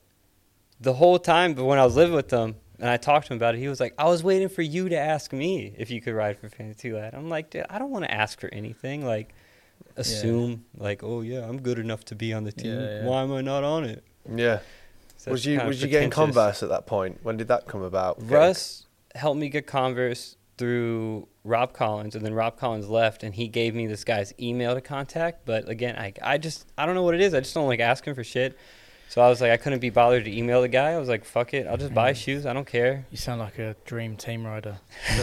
the whole time but when I was living with him. And I talked to him about it. He was like, "I was waiting for you to ask me if you could ride for Fancy Lad." I'm like, "Dude, I don't want to ask for anything. Like, assume like, oh yeah, I'm good enough to be on the team. Yeah, yeah. Why am I not on it? yeah. So Was it's you kind of was you getting pretentious. Converse at that point? When did that come about? Getting- Russ helped me get Converse through Rob Collins, and then Rob Collins left, and he gave me this guy's email to contact. But again, I I just I don't know what it is. I just don't like asking for shit. So I was like, I couldn't be bothered to email the guy. I was like, fuck it, I'll just buy shoes. I don't care. [laughs] You sound like a dream team rider.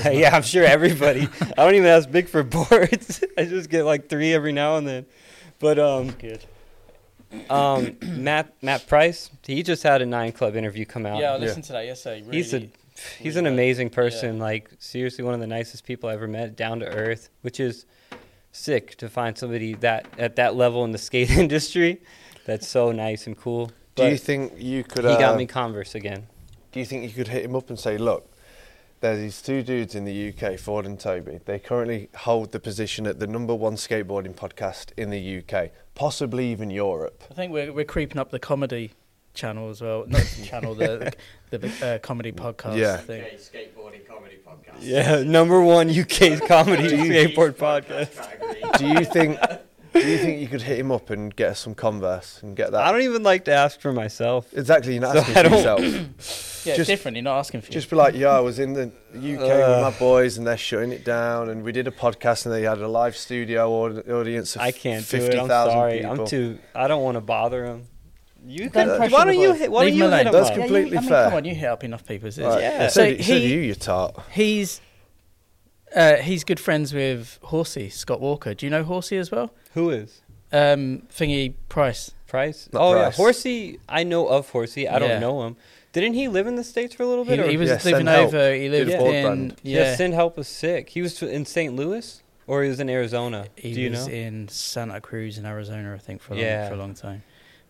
yeah, I'm sure everybody. I don't even ask big for boards. [laughs] I just get like three every now and then. But um, Good. um, Matt Matt Price, he just had a nine club interview come out. Yeah, I Yeah. listened to that yesterday. Really, He's a- he's an really good. amazing person. Like seriously, one of the nicest people I ever met. Down to earth, which is sick to find somebody that at that level in the [laughs] skate industry. That's so nice and cool. Do But you think you could? he uh, got me Converse again. Do you think you could hit him up and say, look, there's these two dudes in the UK, Ford and Toby. They currently hold the position at the number one skateboarding podcast in the UK, possibly even Europe. I think we're we're creeping up the comedy channel as well. Not the [laughs] channel, the the uh, comedy podcast Yeah. thing. UK skateboarding comedy podcast. Yeah, [laughs] number one [laughs] UK comedy [laughs] skateboard podcast. category. Do you think? do you think you could hit him up and get us some Converse and get that? I don't even like to ask for myself. exactly. You're not So asking I for don't- yourself. Yeah, Just- it's different. You're not asking for Just be like, yeah, I was in the UK Uh. with my boys and they're shutting it down, and we did a podcast and they had a live studio aud- audience of I can't do it. 50,000 I'm sorry. people. I'm too. I don't want to bother him. You Don't can. pressure Why the don't you? boy. Hit, why Leave don't him you hit alone. him That's up? Yeah, you- completely I mean, fair. Come on, you hit up enough people. It's- Right. Yeah. So, So so he- you, you tart. He's uh, he's good friends with Horsey Scott Walker. Do you know Horsey as well? Who is Um, thingy Price. Price? Not oh yeah, Price. Horsey. I know of Horsey. I Yeah. don't know him. Didn't he live in the states for a little He, bit? or- he was Yeah, living send help. over. He lived a in broadband. yeah. yeah. Send help was sick. He was in St. Louis or he was in Arizona. He Do you was know? in Santa Cruz in Arizona, I think, for a long, Yeah. for a long time.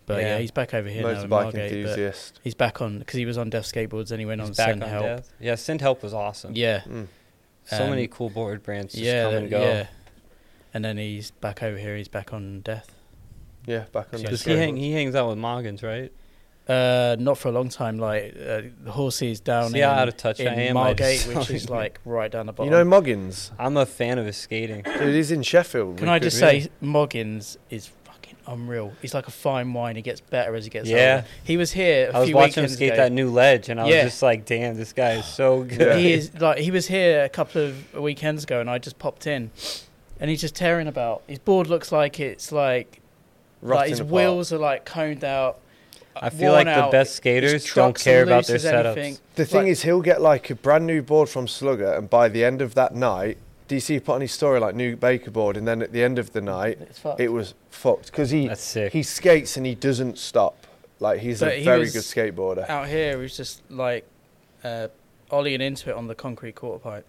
But yeah, Yeah. he's back over here now in Motorbike Margate. but enthusiast. He's back on because he was on Deaf Skateboards and he went He's on back Send on Help. Death. Yeah, Send Help was awesome. Yeah, Mm. So um, many cool board brands just yeah, come and go. yeah. And then he's back over here. He's back on Death. Yeah, back on Yeah, Does this. he hang? He hangs out with Moggins, right? Uh, not for a long time. Like uh, the horse is down. See how in, out of touch in I am, I Margate, just which saw [laughs] is it. like right down the bottom. You know Moggins? I'm a fan of his skating. Dude, he's in Sheffield. Can We I could- just say Moggins is fucking unreal. He's like a fine wine. He gets better as he gets Yeah. older. He was here. a I was few watching him weekends skate ago. that new ledge, and I was Yeah. just like, "Damn, this guy is so good." Yeah. He is like he was here a couple of weekends ago, and I just popped in, and he's just tearing about. His board looks like it's like like Rotting his apart. wheels are like coned out. I feel like worn the out. best His skaters don't trucks are care about loose their as setups. anything. The thing Like- is, he'll get like a brand new board from Slugger, and by the end of that night, DC put on his story like new Baker board, and then at the end of the night, It's fucked. it was fucked because he That's sick. he skates and he doesn't stop. Like he's But a he very was good skateboarder. out here he was just like uh, ollieing into it on the concrete quarter pipe,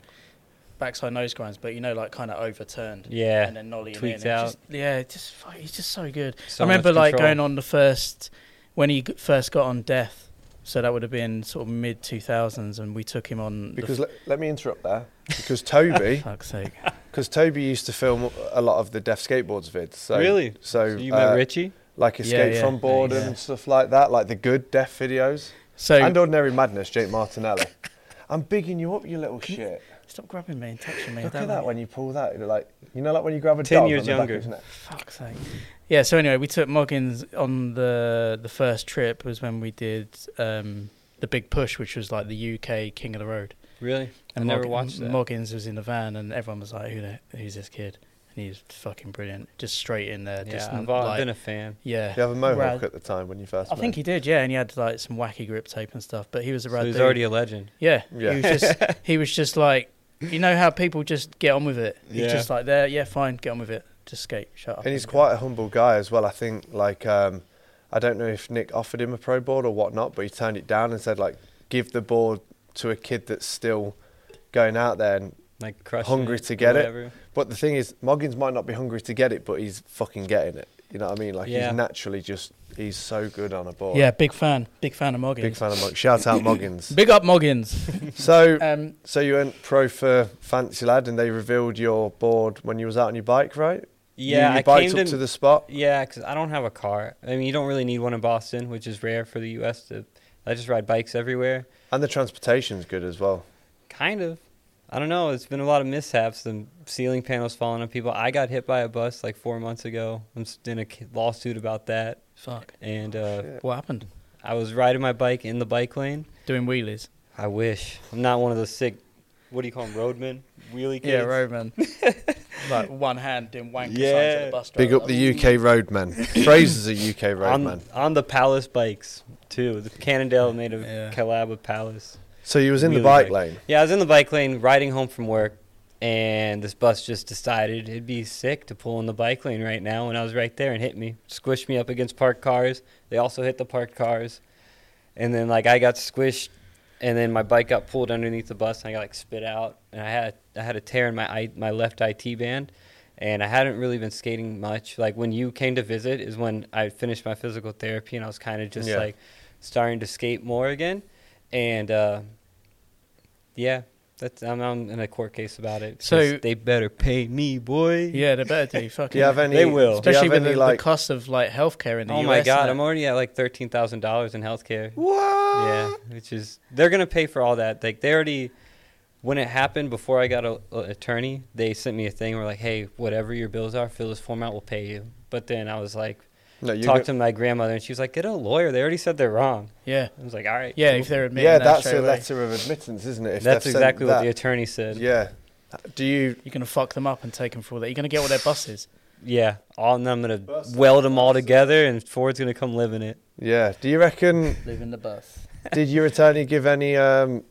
backside nose grinds, but you know, like kind of overturned. Yeah, and then nollying tweaked in. and out. Just, yeah, it just fuck, he's just so good. So I remember much like control. going on the first when he g- first got on Death, so that would have been sort of mid two thousands, and we took him on Because The let, let me interrupt there. Because f- [laughs] Toby, fuck's sake, because Toby used to film a lot of the Deaf Skateboards vids. So, really? So, So you uh, met Richie? like Yeah, Escape yeah. from Boredom Nice. and stuff like that, like the good Deaf videos so and Ordinary Madness. Jake Martinelli. I'm bigging you up, you little shit. stop grabbing me and touching me. Look don't at that you? when you pull that, you're like you know, like when you grab a Ten dog years on the back of younger. his neck. Fuck's sake. Yeah, so anyway, we took Moggins on the the first trip was when we did um, the big push, which was like the UK King of the Road. Really? I never Mog- watched that. Moggins was in the van, and everyone was like, "Who the, who's this kid?" And he was fucking brilliant, just straight in there. yeah, just I've, like, I've been a fan. yeah. Do you have a mohawk Rad. at the time when you first? I think he did, yeah, and he had like some wacky grip tape and stuff. But he was a So rad he's dude. already a legend. yeah, Yeah. He [laughs] was just he was just like, you know how people just get on with it. He's Yeah. just like, there, yeah, fine, get on with it, just skate, shut up. and he's go." quite a humble guy as well. I think like um, I don't know if Nick offered him a pro board or whatnot, but he turned it down and said like give the board to a kid that's still going out there. And, Like crushing Hungry it, to get it. whatever. but the thing is, Moggins might not be hungry to get it, but he's fucking getting it. You know what I mean? Like Yeah. he's naturally just he's so good on a board. Yeah, big fan, big fan of Moggins. big fan of Moggins. Shout out [laughs] Moggins. Big up [laughs] Moggins. so Um, so you went pro for Fancy Lad, and they revealed your board when you was out on your bike, right? You- Yeah, you, I biked came up to, to the spot. Yeah, because I don't have a car. I mean, you don't really need one in Boston, which is rare for the U.S. To I just ride bikes everywhere. And the transportation's good as well. Kind of. I don't know. It's been a lot of mishaps. The ceiling panels falling on people. I got hit by a bus like four months ago. I'm s- in a k- lawsuit about that. fuck. And uh, Shit. What happened? I was riding my bike in the bike lane. Doing wheelies. I wish. I'm not one of those sick, what do you call them, roadmen? Wheelie kids? Yeah, [laughs] Roman. like one hand doing wanker signs at Yeah. the bus Big driver, up like, the UK [laughs] roadman. Fraser's a UK roadman. On, on the Palace bikes, too. The Cannondale made a Yeah. collab with Palace. so you was in the Really bike big. lane. Yeah, I was in the bike lane riding home from work, and this bus just decided it'd be sick to pull in the bike lane right now. And I was right there and hit me, squished me up against parked cars. They also hit the parked cars, and then like I got squished, and then my bike got pulled underneath the bus, and I got like spit out, and I had I had a tear in my I, my left IT band. And I hadn't really been skating much. Like when you came to visit is when I finished my physical therapy, and I was kind of just Yeah. like starting to skate more again. And uh, yeah, that's I'm, I'm in a court case about it. 'cause So- they better pay me, boy. Yeah, they better do. Fucking. Do you have any? They will. Do you Especially have with any the, like? the cost of like healthcare in the uh, Oh US. my God, innit? I'm already at like thirteen thousand dollars in healthcare. what? Yeah, which is they're gonna pay for all that. Like they already, when it happened before I got a, a attorney, they sent me a thing. We're like, hey, whatever your bills are, fill this form out. We'll pay you. But then I was like, No, you talked to my grandmother, and she was like, get a lawyer. They already said they're wrong. Yeah, I was like, all right. yeah. cool." If they're admitting Yeah, that that's straight a away, letter of admittance, isn't it? If that's they've sent exactly what that- the attorney said. Yeah, Yeah. Do you? you're gonna fuck them up and take them for all that. You're gonna get all their buses. all and I'm gonna Bust weld them all together, and Ford's gonna come live in it. Yeah. Do you reckon? Live in the bus. did your attorney give any um,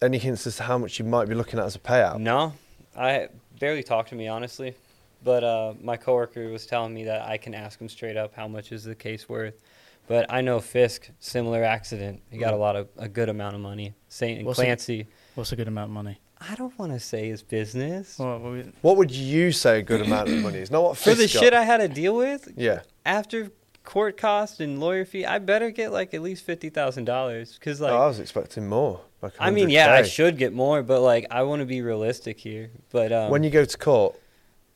any hints as to how much you might be looking at as a payout? No, I barely talked to me honestly, but uh, my coworker was telling me that I can ask him straight up how much is the case worth. But I know Fisk, similar accident, he got a lot of a good amount of money. Saint and What's the- Clancy, What's a good amount of money? I don't want to say his business Well, we, What would you say a good amount of money is? Not what for the Fisk got. shit I had to deal with Yeah. after court cost and lawyer fee. I better get like at least fifty thousand dollars because like oh, I was expecting more. Like I mean yeah I 100K. should get more, but like I want to be realistic here. But um, When you go to court,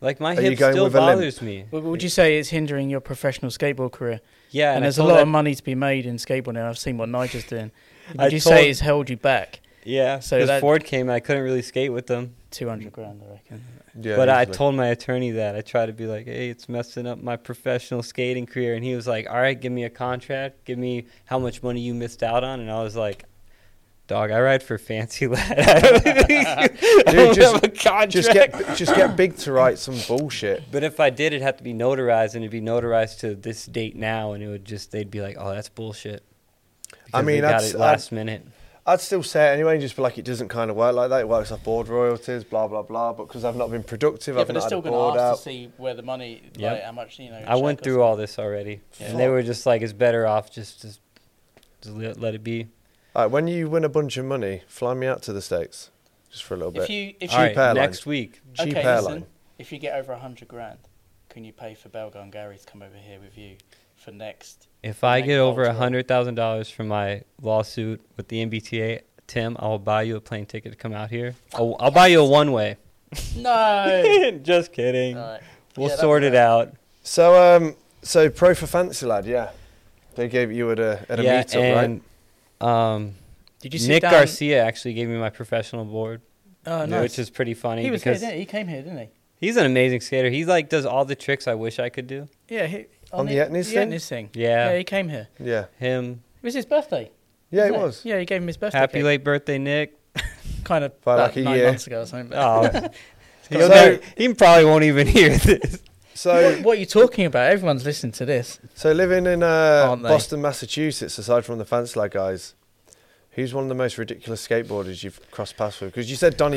like my Are you hip going still with a limp? bothers me. Well, would you say it's hindering your professional skateboard career? Yeah, and I there's a told lot that- of money to be made in skateboarding. I've seen [laughs] what Nigel's doing. Would I you say told- it's held you back? Yeah, So so that- Ford came, I couldn't really skate with them. two hundred grand, I reckon. Yeah, but I easily. told my attorney that I tried to be like, "Hey, it's messing up my professional skating career," and he was like, "All right, give me a contract, give me how much money you missed out on," and I was like. Dog, I ride for fancy [laughs] lad. I don't think you- I Dude, don't just- have [laughs] a contract. just get just get big to write some bullshit. But if I did, it'd have to be notarized, and it'd be notarized to this date now, and it would just they'd be like, "Oh, that's bullshit." Because mean, they got that's- it last minute. I'd still say it anyway, and just be like, it doesn't kind of work like that. It works off board royalties, blah blah blah. But because I've not been productive, Yeah, I've but not had they're a still going board to out. ask to see where the money, like, Yep. how much you know. I went check or through all this already, and they Fuck. were just like, "It's better off just just, just let, let it be." Alright, when you win a bunch of money, fly me out to the states just for a little something. If bit. you, if Cheap All you, right, airline. next week. Cheap okay, airline. listen, if you get over a hundred grand, can you pay for Belga and Gary to come over here with you for next? If I Next get over Baltimore. a hundred thousand dollars from my lawsuit with the MBTA, Tim, I will buy you a plane ticket to come out here. Oh, I'll, I'll buy you a one way. [laughs] No. Just kidding. Alright. we'll Uh, Yeah, that sort was it out. So um, so pro for fancy lad, yeah. They gave it you at a at a yeah, meetup, right? and um, Did you sit Nick down? Garcia actually gave me my professional board, Oh, nice. which is pretty funny he was here, because didn't he? He came here, didn't he? he's an amazing skater. He like does all the tricks I wish I could do. Yeah, he, On the Etnies thing? Etnies thing. Yeah. yeah, he came here. Yeah, Him. It was his birthday. yeah, it wasn't was. Yeah, he gave him his birthday. Happy cake. late birthday, Nick. Kind of By about like a nine year. months ago or something. but- [laughs] Oh, So- he'll never- he probably won't even hear this. So what, what are you talking about? Everyone's listening to this. so living in uh, Aren't they? Boston, Massachusetts, aside from the fancy lad guys, who's one of the most ridiculous skateboarders you've crossed paths with? Because you said Donny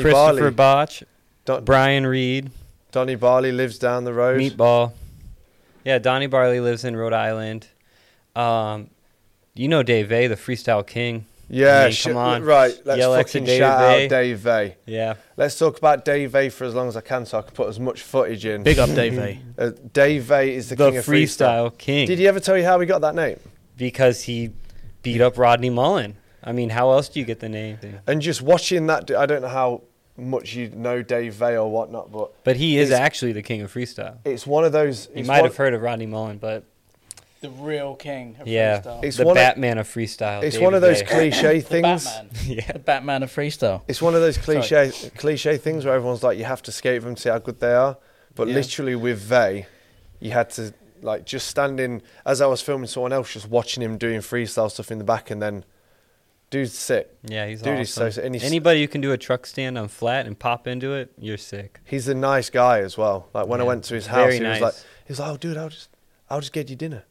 Barley. Christopher Botch, Don- Brian Reed, Donny Barley lives down the road. Meatball. Yeah, Donnie Barley lives in Rhode Island. Um, you know Dave A, the freestyle king. Yeah, I mean, sh- come on. right. Let's Yell at fucking Dave shout A. out Dave A. Yeah. Let's talk about Dave A for as long as I can, so I can put as much footage in. Big up, Davey. Uh, Dave A is the, The, king of freestyle. freestyle, king. Did he ever tell you how he got that name? because he beat up Rodney Mullen. I mean, how else do you get the name? And just watching that, d- I don't know how much you know Dave A or whatnot, but But he is He's- actually the king of freestyle. it's one of those. You it's might one- have heard of Rodney Mullen, but The real king of yeah, freestyle. It's the one of- Batman of, freestyle. It's David one of those Day. cliche [laughs] the things. Batman. [laughs] yeah, The Batman of freestyle. It's one of those cliche cliche things where everyone's like, you have to skate with them, see how good they are. But Yeah. literally with Vey, you had to like just stand in as I was filming someone else, just watching him doing freestyle stuff in the back, and then dude's sick. yeah, he's Dude, he's so awesome. sick. And he's- Anybody who can do a truck stand on flat and pop into it, you're sick. He's a nice guy as well. Like when I Yeah, went to his house, very he was nice. like, he was like, oh dude, I'll just I'll just get you dinner.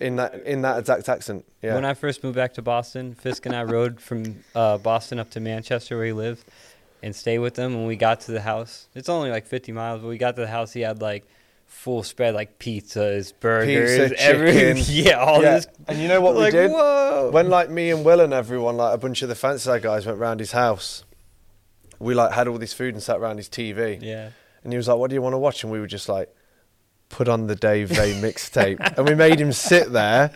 In that in that exact accent, yeah. When I first moved back to Boston, Fisk and I rode from uh, Boston up to Manchester where he lived and stayed with him. When we got to the house, it's only like 50 miles, but we got to the house, he had like full spread, like pizzas, burgers, [laughs] everything. chicken. Yeah, all Yeah. this. and you know what like, we did? whoa. when like me and Will and everyone, like a bunch of the fancy side guys, went round his house. We like had all this food and sat round his TV, yeah. and he was like, "What do you want to watch?" And we were just like, "Put on the Dave Vay mixtape," [laughs] and we made him sit there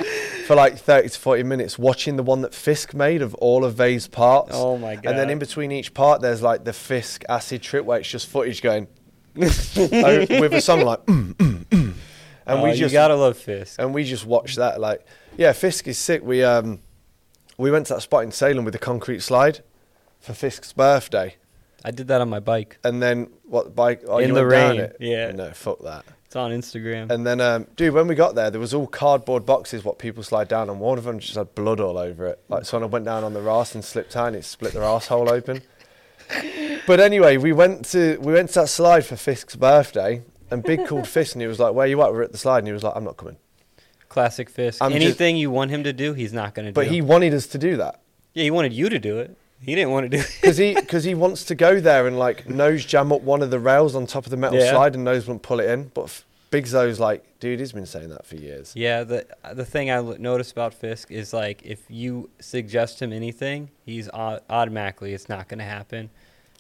for like thirty to forty minutes watching the one that Fisk made of all of Vay's parts. Oh my god. And then in between each part, there's like the Fisk acid trip where it's just footage going [laughs] like, with a song like, mm, mm, mm. and Oh, we you just gotta love Fisk. and we just watched that. Like, yeah, Fisk is sick. We um, we went to that spot in Salem with the concrete slide for Fisk's birthday, I did that on my bike. and then what bike? Oh, In you the went down rain, it? yeah. No, fuck that. It's on Instagram. And then, um, dude, when we got there, there was all cardboard boxes what people slide down, and one of them just had blood all over it. Like someone went down on the arse and slipped down, it split their asshole [laughs] open. But anyway, we went to we went to that slide for Fisk's birthday, and Big called Fisk and he was like, "Where you at?" We're at the slide, and he was like, "I'm not coming." Classic Fisk. I'm just- Anything you want him to do, he's not gonna But do. he wanted us to do that. yeah, he wanted you to do it. He didn't want to do it. because he because he wants to go there and like nose jam up one of the rails on top of the metal Yeah. slide and nose won't pull it in. But F- Big Zo's like, dude, he's been saying that for years. Yeah, the the thing I l- noticed about Fisk is like if you suggest him anything, he's au- automatically it's not gonna happen.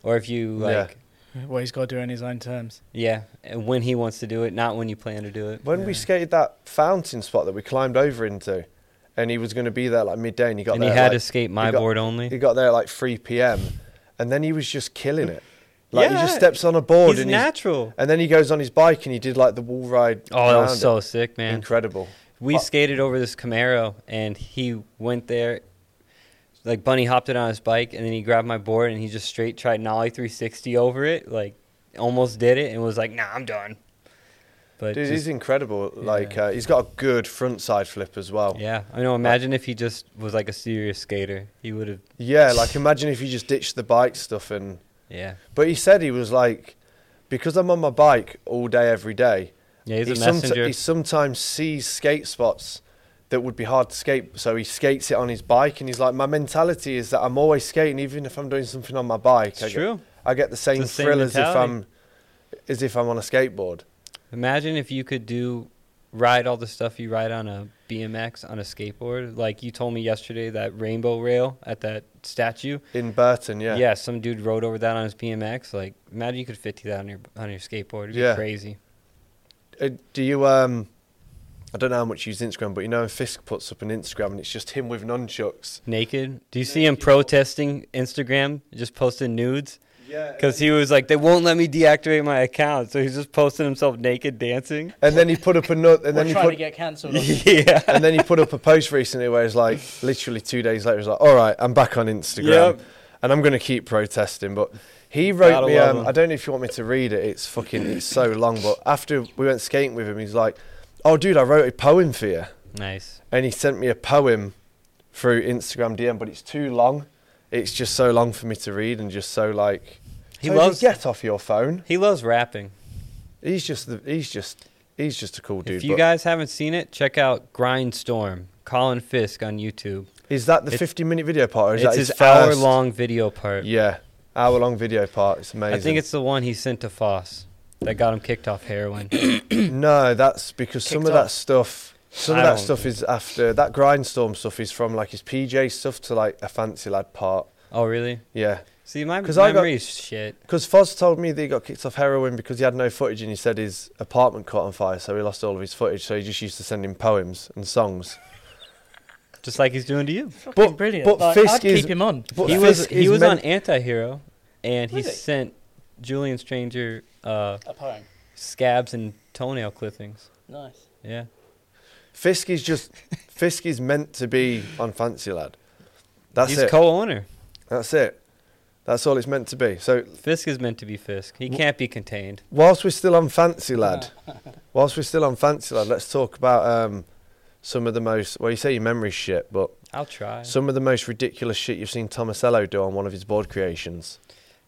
Or if you Yeah. like, Well, he's got to do it on his own terms. yeah, and when he wants to do it, not when you plan to do it. When we skated that fountain spot that we climbed over into, and he was going to be there like midday, and he got and he there. had like, to skate my got- board only. he got there at like 3 p.m. and then he was just killing it. Like he just Yeah. steps on a board he's and he's, natural. and then he goes on his bike and he did like the wall ride. Oh, that was around so sick, it. uh, man. incredible. We Fuck. skated over this Camaro, and he went there. Like Bunny hopped it on his bike, and then he grabbed my board, and he just straight tried nollie 360 over it. Like almost did it, and was like, "Nah, I'm done." But Dude, just- he's incredible. Like uh, he's got a good front side flip as well. yeah, I know. Imagine if he just was like a serious skater, he would have. Yeah, like imagine if you just ditched the bike stuff and. Yeah, But he said he was like, because I'm on my bike all day every day. yeah, he's he, a somet- messenger. he sometimes sees skate spots that would be hard to skate, so he skates it on his bike. And he's like, my mentality is that I'm always skating, even if I'm doing something on my bike. it's I Get, true. I get the same the same thrill as if I'm mentality. as if I'm on a skateboard. Imagine if you could do ride all the stuff you ride on a BMX on a skateboard. Like you told me yesterday that rainbow rail at that statue. In Burton, Yeah, yeah. some dude rode over that on his BMX. Like imagine you could 50 that on your on your skateboard. It'd be Yeah. crazy. Uh, do you um I don't know how much you use Instagram, but you know Fisk puts up an Instagram and it's just him with nunchucks. Naked. Do you see him protesting Instagram? Just posting nudes Yeah. because he was like, they won't let me deactivate my account. So he's just posting himself naked dancing. and then he put up another and We're then he trying put to get [laughs] cancelled. on- yeah. [laughs] and then he put up a post recently where it's like literally two days later he's like, All right, I'm back on Instagram Yep. and I'm gonna keep protesting. But he wrote Gotta me love um, him. I don't know if you want me to read it, it's fucking it's so long, but after we went skating with him he's like, Oh dude, I wrote a poem for you Nice. and he sent me a poem through Instagram DM, but it's too long. It's just so long for me to read and just so like He "Toby, loves get off your phone. he loves rapping. He's just the, he's just he's just a cool dude. if you but guys haven't seen it, check out Grindstorm, Colin Fisk on YouTube. is that the it's- 50 minute video part or is it's that his, his, hour first- long video part. Yeah. Hour long video part. It's amazing. I think it's the one he sent to Foss that got him kicked off heroin. [coughs] No, that's because some Kicked of that off. stuff some I of that don't- stuff is after that grindstorm stuff is from like his PJ stuff to like a fancy lad part. oh, really? Yeah. See, my 'Cause I got- memory's shit. Because Foz told me that he got kicked off heroin because he had no footage and he said his apartment caught on fire, so he lost all of his footage. So he just used to send him poems and songs. Just like he's doing to you. Fucking But- brilliant. but Like, Fisk I'd is- keep him on. But he was Fisk he is was on meant- Antihero, and he Really? sent Julian Stranger uh, A poem. scabs and toenail clippings. Nice. Yeah. Fisk is just Fisk is meant to be on Fancy Lad. That's he's it. co-owner. That's it. That's all it's meant to be. So Fisk is meant to be Fisk. He Wh- can't be contained. whilst we're still on Fancy [laughs] Lad, whilst we're still on Fancy Lad, let's talk about um, some of the most well, you say your memory's shit, but I'll try. some of the most ridiculous shit you've seen Tomasello do on one of his board creations.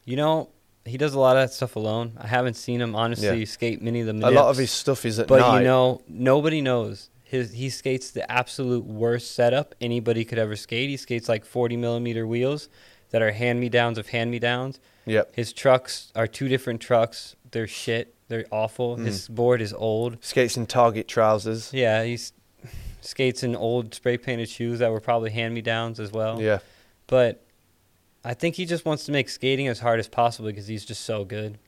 You know, he does a lot of that stuff alone. I haven't seen him honestly Yeah. skate many of the A lot of manips, his stuff is at But night. you know, nobody knows. His he skates the absolute worst setup anybody could ever skate. He skates like 40 millimeter wheels that are hand me downs of hand me downs. yep. His trucks are two different trucks. They're shit. They're awful. Mm. His board is old. Skates in Target trousers. Yeah, he s- skates in old spray painted shoes that were probably hand me downs as well. Yeah. But I think he just wants to make skating as hard as possible because he's just so good.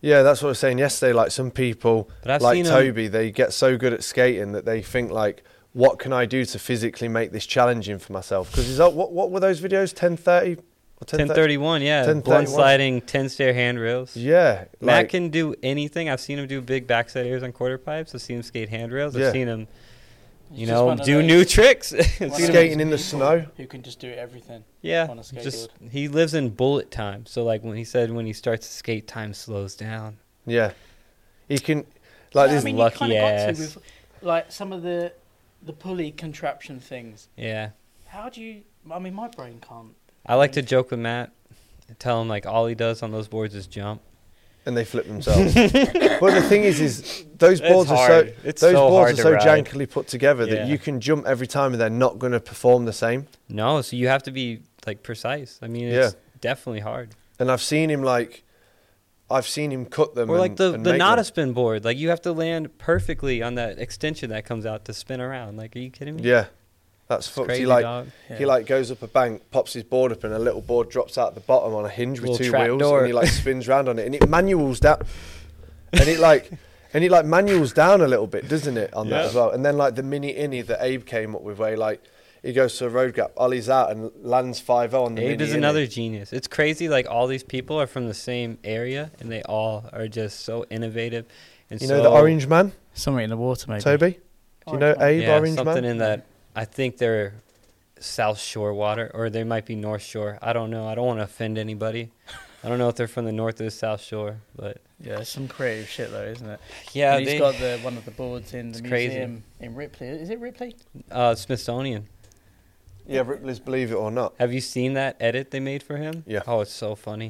Yeah, that's what I was saying yesterday. Like some people, But I've like seen um, him- Toby, they get so good at skating that they think like, "What can I do to physically make this challenging for myself?" Because that what what were those videos? Ten thirty or ten 1031, yeah. 1031. Blunt sliding, 10 stair handrails. Yeah, Matt like can do anything. I've seen him do big backside airs on quarter pipes. I've seen him skate handrails. Yeah. I've seen him, you He's just know, one of do those- new tricks. [laughs] I've one of seen him- Skating in the those snow. Who can just do everything. yeah, on a just he lives in bullet time. So like when he said when he starts to skate, time slows down. yeah, he can like Yeah, this. I mean- lucky kinda ass. like some of the the pulley contraption things. Yeah, How do you? I mean, my brain can't. I like to joke with Matt, and tell him like all he does on those boards is jump. and they flip [laughs] themselves. but the thing is, is those It's boards are so hard. It's those so hard boards are to so ride. jankily put together Yeah. that you can jump every time and they're not going to perform the same. No, so you have to be like precise. I mean, Yeah. it's definitely hard. And I've seen him like, I've seen him cut them. Or like and- the and the make not a them. spin board, like you have to land perfectly on that extension that comes out to spin around. Like, are you kidding me? Yeah, that's It's fucked. crazy, he like dog. he like goes up a bank, pops his board up, and a little board drops out the bottom on a hinge with Little two trap wheels, door. and he like spins round on it, and it manuals that, and it like. [laughs] And it like manuals down a little bit, doesn't it, on that Yeah. as well? And then like the mini innie that Abe came up with, where he, like he goes to a road gap, ollies out and lands 5 on the Abe mini is innie. another genius. It's crazy. Like all these people are from the same area, and they all are just so innovative. And You so, know the Orange Man, Something in the water, maybe. Toby. Do you know Orange Man. Abe yeah, Orange something Man? in that. I think they're South Shore water, or they might be North Shore. I don't know. I don't want to offend anybody. I don't know if they're from the North or the South Shore, but Yeah, it's some creative shit though, isn't it? yeah, and he's they, got the one of the boards in the It's crazy. museum in Ripley. Is it Ripley? uh, Smithsonian. Yeah, Ripley's Believe It or Not. Have you seen that edit they made for him? Yeah. Oh, it's so funny.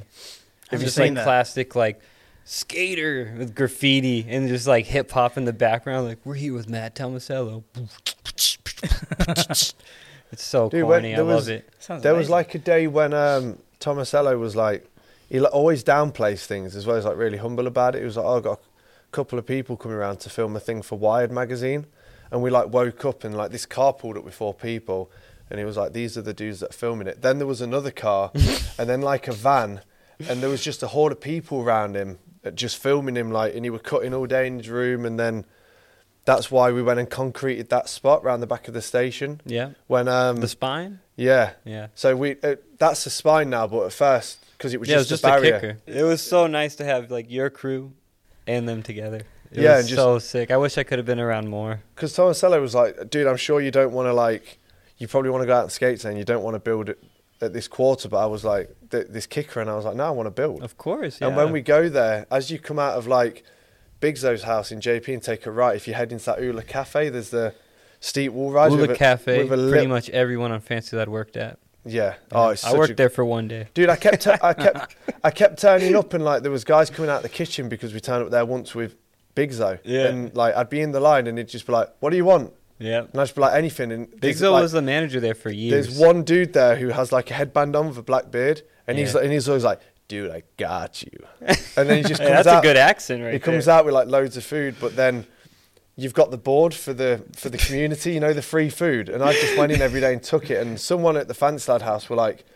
it's Have you just seen like that? classic like skater with graffiti and just like hip hop in the background. Like we're here with Matt Tomasello. [laughs] it's so Dude, when corny. I there love was- it. Sounds There was amazing. like a day when um, Tomasello was like, he like, always downplays things as well as like really humble about it. He was like, oh, I've got a couple of people coming around to film a thing for Wired magazine. And we like woke up and like this car pulled up with four people. And he was like, these are the dudes that are filming it. Then there was another car and then like a van. And there was just a horde of people around him uh, just filming him like, and he were cutting all day in his room. And then that's why we went and concreted that spot round the back of the station. Yeah. When, um, The spine. yeah. Yeah. So we uh, that's the spine now, but at first because it was yeah, just, it a was just a barrier. kicker. It was so nice to have like your crew and them together. It Yeah, was and just- so sick. I wish I could have been around more. Because Tomasello was like, "Dude, I'm sure you don't want to like, you probably want to go out and skate, and you don't want to build it at this quarter." But I was like, th- "This kicker," and I was like, "No, I want to build." Of course. And yeah. when we go there, as you come out of like Big Zo's house in JP and take a right, if you head into that Ula Cafe, there's the steep wall rise. Ula with a- Cafe, with a pretty lip- much everyone on Fancy that worked at. Yeah. Oh, it's I such worked a- there for one day. Dude, I kept, I [laughs] kept, I kept turning up, and like there was guys coming out the kitchen because we turned up there once with Big Zo, Yeah. and like I'd be in the line, and it'd just be like, "What do you want?" Yeah. And I'd just be like, "Anything." And Big there's, Zo like, was the manager there for years. there's one dude there who has like a headband on with a black beard, and he's Yeah. like, and he's always like, "Dude, I got [laughs] you," and then he just Hey, comes that's out. a good accent, right? he comes there. out with like loads of food, but then. You've got the board for the for the community, you know, the free food, and I just went in every day and took it. And someone at the fancy lad house were like,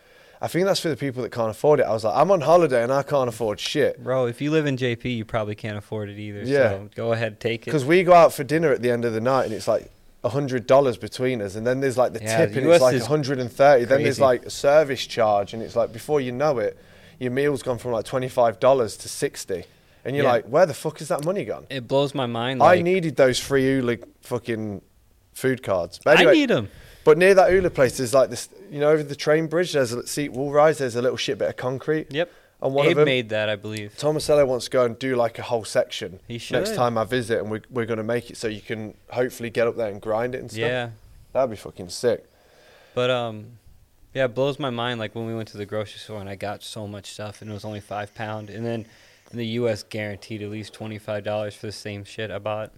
"I think that's for the people that can't afford it." I was like, "I'm on holiday and I can't afford shit." Bro, if you live in JP, you probably can't afford it either. Yeah. So go ahead, take it. Because we go out for dinner at the end of the night, and it's like hundred dollars between us, and then there's like the Yeah, tip, the and US it's like is hundred and thirty. Then there's crazy. like a service charge, and it's like before you know it, your meal's gone from like twenty five dollars to sixty, and you're Yeah. like, where the fuck is that money gone? It blows my mind. I Like, needed those free Ula fucking food cards. But I anyway, need them. but near that Ula place, there's like this, you know, over the train bridge, there's a seat wall rise, there's a little shit bit of concrete. Yep. And one Abe of them, made that, I believe. Tomasello wants to go and do like a whole section He should. next time I visit, and we're, we're going to make it so you can hopefully get up there and grind it and stuff. Yeah. That'd be fucking sick. But um, yeah, it blows my mind. Like when we went to the grocery store and I got so much stuff, and it was only five pound, and then in the U.S. guaranteed at least twenty five dollars for the same shit I bought.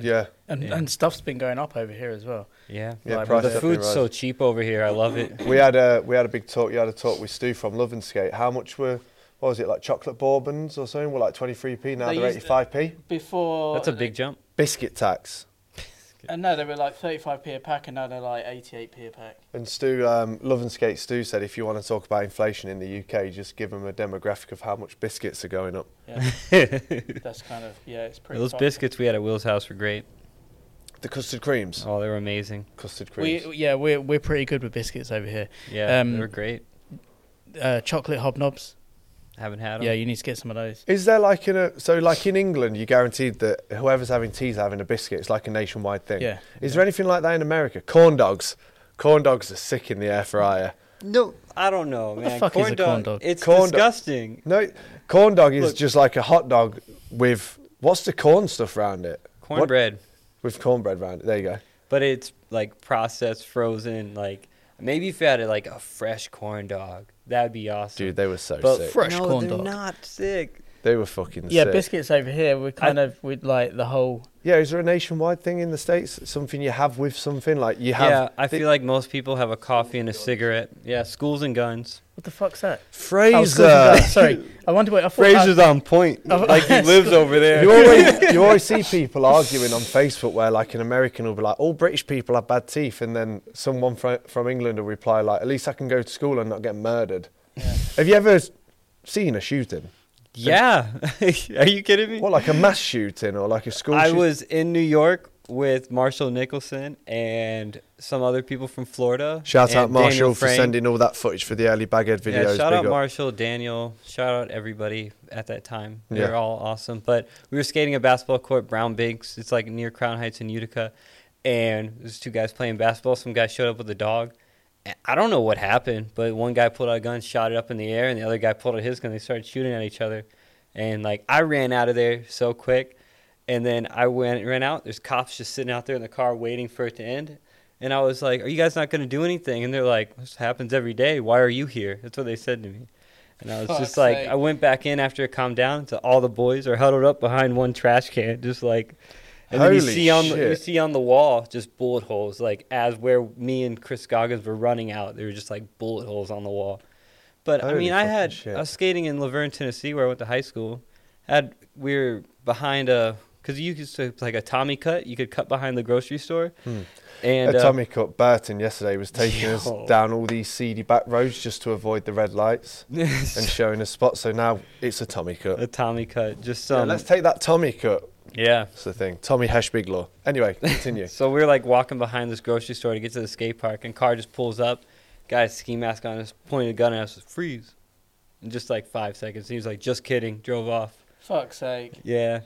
Yeah. and, Yeah. and stuff's been going up over here as well. Yeah. Yeah, Like, price the definitely food's so rise. cheap over here. I love it. We had a we had a big talk. You had a talk with Stu from Love and Skate. How much were what was it like chocolate bourbons or something? Were like twenty three p. Now They they are used eighty five p. Before That's a big jump. Biscuit tax. And no, they were like 35p a pack, and now they're like 88p a pack. And Stu, um, Love and Skate Stu said, if you want to talk about inflation in the UK, just give them a demographic of how much biscuits are going up. [laughs] Yeah, [laughs] that's kind of yeah, it's pretty. Those fucked. biscuits we had at Will's house were great. The custard creams, Oh, they were amazing. custard creams. We yeah, we're we're pretty good with biscuits over here. Yeah, Um, they were great. Uh, chocolate hobnobs. Haven't had them. Yeah, you need to get some of those. Is there like in a so like in England, you guaranteed that whoever's having tea's having a biscuit. It's like a nationwide thing. Yeah. Is there anything like that in America? Corn dogs. Corn dogs are sick in the air fryer. No, I don't know, What the man. fuck is a corn dog? It's Corn dog. disgusting. No, corn dog is Look. just like a hot dog with what's the corn stuff round it? What- Cornbread, with cornbread round it. There you go. but it's like processed, frozen. Like maybe if you had it like a fresh corn dog, that'd be awesome. Dude, they were so but sick. fr- Fresh no, corn they're dog. not sick. they were fucking Yeah, sick. biscuits over here. We're kind of with like the whole. Yeah, is there a nationwide thing in the states? Something you have with something like you have? yeah, I feel like most people have a coffee and a cigarette. Yeah, schools and guns. What the fuck's that? Oh, it's Fraser. called- sorry, I wonder what I thought. on [laughs] point. Like, he lives over [laughs] you [laughs] always you always see people arguing on Facebook where like an American will be like, all British people have bad teeth, and then someone from from England will reply like, at least I can go to school and not get murdered. Yeah. Have you ever seen a shooting? Yeah. [laughs] Are you kidding me? What like a mass shooting or like a school? I shooting? was in New York with Marshall Nicholson and some other people from Florida. Shout out and Daniel Marshall for Frank. sending all that footage for the early baghead videos. Yeah, shout out Big up. Marshall, Daniel, shout out everybody at that time. They Yeah. were all awesome. But we were skating a basketball court, Brown Bigs. It's like near Crown Heights in Utica. And there's two guys playing basketball. Some guy showed up with a dog I don't know what happened, but one guy pulled out a gun, shot it up in the air, and the other guy pulled out his gun. They started shooting at each other, and like I ran out of there so quick, and then I went ran out. There's cops just sitting out there in the car waiting for it to end, and I was like, "Are you guys not going to do anything?" And they're like, "This happens every day. Why are you here?" That's what they said to me, and I was Fuck's just like, sake. I went back in after it calmed down. So all the boys are huddled up behind one trash can, just like. And then you Holy see on the, you shit. see on the wall just bullet holes, like as where me and Chris Goggins were running out, there were just like bullet holes on the wall. But I Holy mean, I fucking had shit. I was skating in Laverne, Tennessee, where I went to high school. Had we were behind a because you used to like a Tommy cut, you could cut behind the grocery store, Hmm. and a uh, Tommy Cut Burton yesterday was taking us Yo. down all these seedy back roads just to avoid the red lights and showing us spots. So now it's a Tommy Cut. [laughs] a Tommy cut, just Yeah, some let's take that Tommy Cut. yeah. That's the thing. Tommy Heshbiglaw. [laughs] Anyway, continue. So we are like walking behind this grocery store to get to the skate park, and car just pulls up. Guy's ski mask on, is pointing a gun at us, freeze. In just like five seconds, he was like, "Just kidding," drove off. Fuck's sake. Yeah,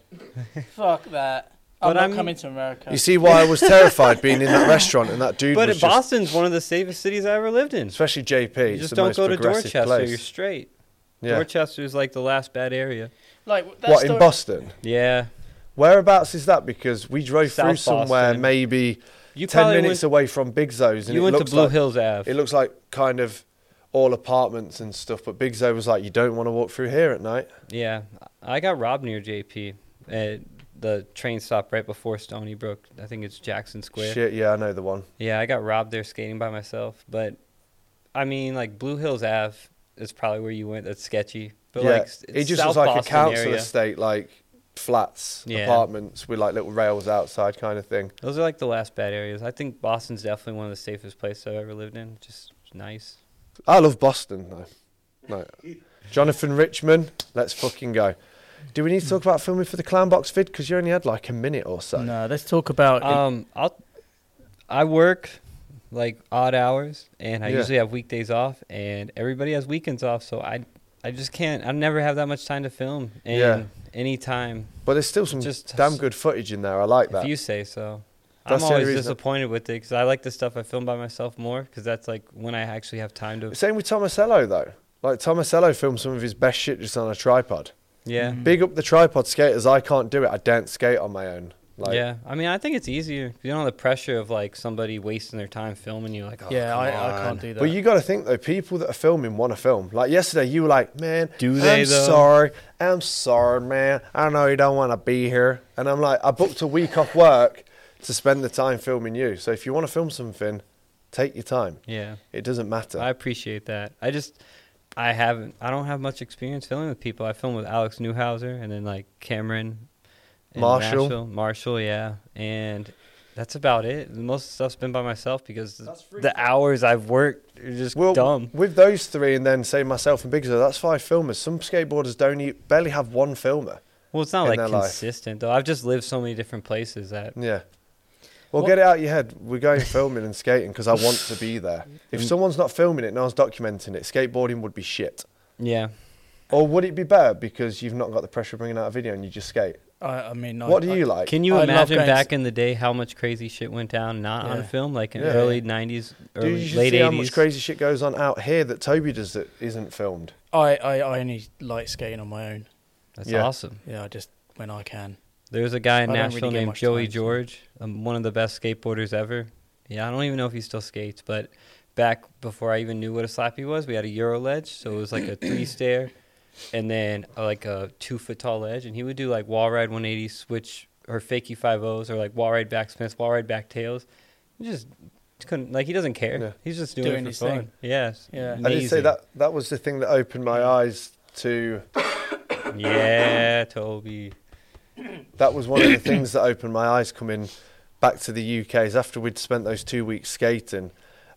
Fuck [laughs] that. But I'm not I'm- coming to America. um, you see why I was terrified being in that restaurant and that dude but was just, Boston's one of the safest cities I ever lived in. especially JP. You it's just the don't most go to progressive Dorchester; place. you're straight. yeah. Dorchester's like the last bad area. like that What story- in Boston? Yeah, Whereabouts is that? Because we drove through South somewhere Boston. maybe you ten probably minutes went, away from Big Zoe's, and you it went to looks Blue like Hills Ave. It looks like kind of all apartments and stuff, but Big Zoe was like, you don't want to walk through here at night. yeah, I got robbed near JP at the train stop right before Stony Brook. I think it's Jackson Square. Shit, yeah, I know the one. Yeah, I got robbed there skating by myself. But I mean, like Blue Hills Ave is probably where you went. That's sketchy. But yeah, like, s- it it's just looks South like Boston a council area. estate, like flats, Yeah. apartments with like little rails outside, kind of thing. Those are like the last bad areas. I think Boston's definitely one of the safest places I've ever lived in. Just nice. I love Boston though. No. Jonathan Richman, let's fucking go. Do we need to talk about filming for the Clown Box vid? Because you only had like a minute or so. No, let's talk Uh, about. Um, I'll I work like odd hours, and I Yeah. usually have weekdays off, and everybody has weekends off. So I I just can't. I never have that much time to film. And Yeah. Any time But there's still some Just- damn good footage in there. I like that. If you say so. That's the I'm only always reason I- disappointed with it because I like the stuff I film by myself more because that's like when I actually have time to. Same with Tomasello though. Like Tomasello filmed some of his best shit just on a tripod. Yeah. Big up the tripod skaters. I can't do it. I don't skate on my own. Like, yeah. I mean, I think it's easier. You don't have the pressure of like somebody wasting their time filming you. Like, oh, yeah, come I, I on." can't do that. But you got to think though, people that are filming want to film. Like yesterday, you were like, "Man, Do I'm they, though? sorry, I'm sorry, man. I know you don't want to be here." And I'm like, I booked a week off work to spend the time filming you. So if you want to film something, take your time. Yeah. It doesn't matter. I appreciate that. I just, I haven't, I don't have much experience filming with people. I filmed with Alex Newhouser and then like Cameron, and Marshall. Marshall, Marshall, yeah, and that's about it. Most of the stuff's been by myself because That's free. the hours I've worked are just well, dumb. with those three, and then say myself and Big Zo, that's five filmers. Some skateboarders don't e barely have one filmer. Well, it's not in like their life. consistent though. I've just lived so many different places that Yeah. Well, What- get it out of your head. We're going filming and skating because I want to be there. If Mm. someone's not filming it, no one's documenting it. Skateboarding would be shit. yeah. Or would it be better because you've not got the pressure of bringing out a video and you just skate? I, I mean, I- what do I- you like? Can you I love imagine going back to- in the day how much crazy shit went down not on Yeah. film like in Yeah. early 90s or Dude, you should late see 80s? how much crazy shit goes on out here that Toby does that isn't filmed. I, I, I only like skating on my own. That's Yeah. awesome. Yeah, I just when I can. There's a guy in I don't really Nashville get named much Joey time, so- George, um, one of the best skateboarders ever. Yeah, I don't even know if he still skates, but back before I even knew what a slappy was, we had a Euro ledge, so it was [clears throat] like a three stair, and then uh, like a two foot tall ledge, and he would do like wall ride 180 switch or fakey five O's or like wall ride back smiths, wall ride back tails. He just couldn't like he doesn't care. Yeah. He's just doing, Doing it his for fun. thing. Yes. Yeah. I I did say that that was the thing that opened my eyes to. Yeah, Toby. That was [coughs] one of the things that opened my eyes coming back to the UK is after we'd spent those two weeks skating.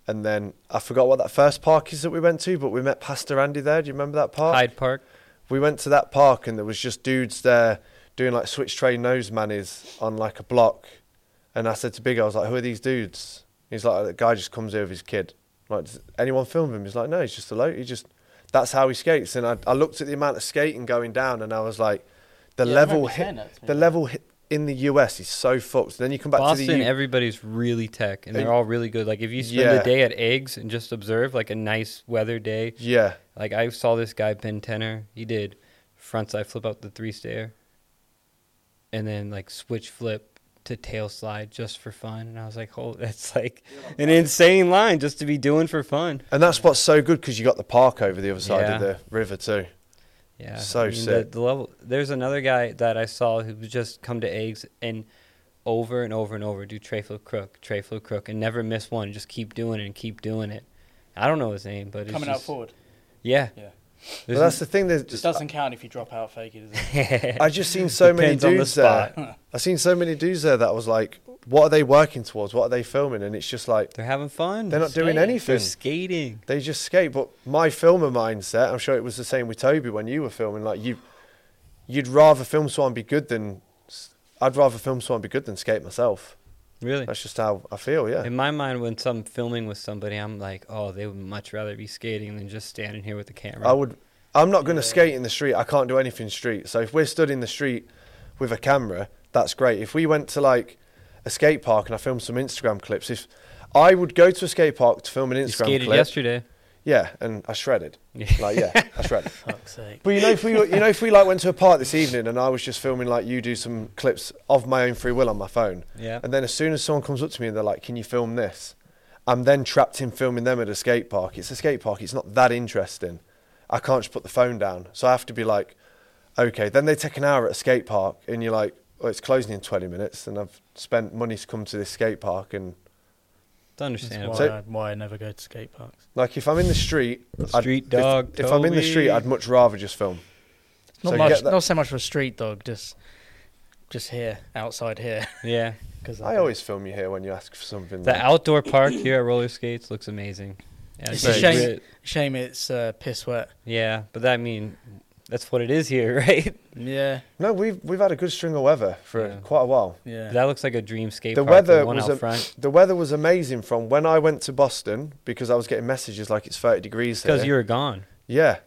And then I forgot what that first park is that we went to, but we met Pastor Andy there. Do you remember that Oh. park? Hyde Park. we went to that park and there was just dudes there doing like switch train nose mannies on like a block. And I said to Big, I was like, who are these dudes? He's like, the guy just comes here with his kid. I'm like, does anyone film him? He's like, no, he's just a low. He just, that's how he skates. And I, I looked at the amount of skating going down and I was like, the Yeah, I remember level you saying hit, that to me. the level hit, in the US is so fucked. Then you come back to Boston, the U- everybody's really tech, and Uh, they're all really good. Like if you spend yeah. a day at Eggs and just observe, like a nice weather day. yeah. Like I saw this guy Ben Tenner. He did front side flip out the three stair, and then like switch flip to tail slide just for fun. And I was like, oh, [laughs] that's like an insane line just to be doing for fun. And that spot's so good because you got the park over the other side Yeah. of the river too. Yeah, So The, sick. the level. There's another guy that I saw who would just come to eggs and over and over and over do tray flip crook, tray flip crook, and never miss one. Just keep doing it and keep doing it. I don't know his name, but it's Coming out just, forward. Yeah, Yeah. But There's that's the thing. It That doesn't count if you drop out fake it, does it? I just seen so many Depends on the dudes spot. there. [laughs] I seen so many dudes there that I was like, what are they working towards? What are they filming? And it's just like [laughs] they're having fun. they're not doing Skating. They're anything. skating. They just skate. But my filmer mindset, I'm sure it was the same with Toby when you were filming. Like you, you'd rather film someone be good than. s- I'd rather film someone be good than skate myself. Really. That's just how I feel. Yeah. In my mind, when some filming with somebody, I'm like, oh, they would much rather be skating than just standing here with the camera. I would. I'm not going to Yeah. skate in the street. I can't do anything street. So if we're stood in the street with a camera, that's great. If we went to like a skate park and I filmed some Instagram clips, if I would go to a skate park to film an you Instagram skated clip, yesterday. yeah, and I shredded. Yeah. Like yeah, I [laughs] shredded. [laughs] Fuck's sake. [laughs] But you know, if we were- you know if we like went to a park this evening and I was just filming like you do some clips of my own free will on my phone, Yeah. and then as soon as someone comes up to me and they're like, "Can you film this?" I'm then trapped in filming them at a skate park. It's a skate park. It's not that interesting. I can't just put the phone down, so I have to be like, "Okay." Then they take an hour at a skate park, and you're like, "Oh, it's closing in 20 minutes," and I've spent money to come to this skate park. And It's understandable. That's why, So- I, why I never go to skate parks. like, if I'm in the street, I'd- Street if- dog, If, I'm in the street, Toby. I'd much rather just film. Not So you much. get that- Not so much for a street dog. Just, just here, outside [laughs] here. yeah. Because I always film you here when you ask for something. The outdoor park here at Roller Skates looks amazing. Yeah, It's a very shame- grit. shame it's uh, piss wet. Yeah, but that mean that's what it is here, [laughs] right? Yeah, No, we've we've had a good string of weather for Yeah. quite a while. yeah. That looks like a dream skate The park. with weather one was out a- front The weather was amazing from when I went to Boston because I was getting messages like it's 30 degrees because here. you were gone. yeah.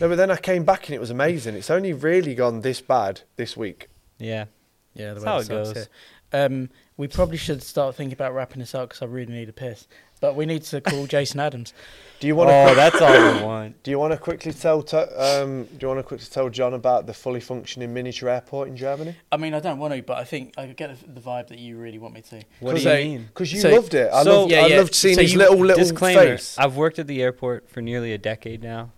No, but then I came back and it was amazing. It's only really gone this bad this week. Yeah, Yeah, the That's how way it it goes. goes. Um, we probably should start thinking about wrapping this up because I really need a piss. But we need to [laughs] call Jason Adams. Do you want to? oh, that's all I [coughs] want. do you want to quickly tell? To, um, do you want to quickly tell John about the fully functioning miniature airport in Germany? I mean, I don't want to, but I think I get the- the vibe that you really want me to. What do So- you mean? Because you So- loved it. I so- loved. Yeah, I yeah. loved seeing So his you- little little Disclaimer: face. I've worked at the airport for nearly a decade now.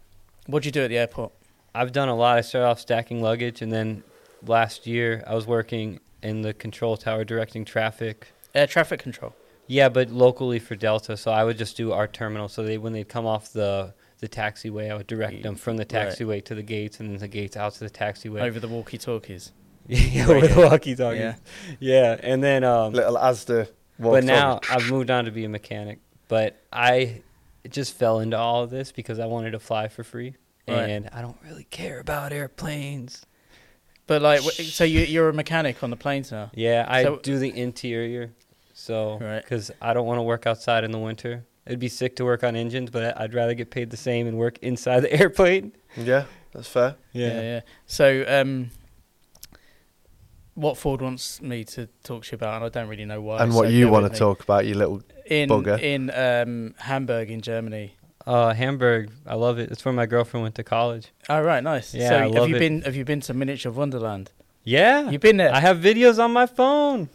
What'd you do at the airport? I've done a lot. I started off stacking luggage, and then last year I was working in the control tower directing traffic. Air traffic control. Yeah, but locally for Delta, so I would just do our terminal. So they when they'd come off the the taxiway, I would direct them from the Right. taxiway to the gates, and then the gates out to the taxiway. Over the walkie-talkies. [laughs] yeah, with walkie talkies. Yeah. Yeah. and then um, little Asda. but walked now on. I've moved on to be a mechanic. But I just fell into all of this because I wanted to fly for free, Right. and I don't really care about airplanes. But like, wh- so you, you're a mechanic on the planes now. Yeah, I So- do the interior, so Right. because I don't want to work outside in the winter. It'd be sick to work on engines, but I'd rather get paid the same and work inside [laughs] the airplane. yeah, that's fair. yeah. yeah. So, um, what Ford wants me to talk to you about, and I don't really know why. and so what you bear want with to me. talk about, you little in bugger. in um, Hamburg in Germany. Uh, Hamburg, I love it. It's where my girlfriend went to college. Oh right, nice. Yeah, so I have love you it. been have you been to Miniature Wonderland? Yeah, You've been there. I have videos on my phone.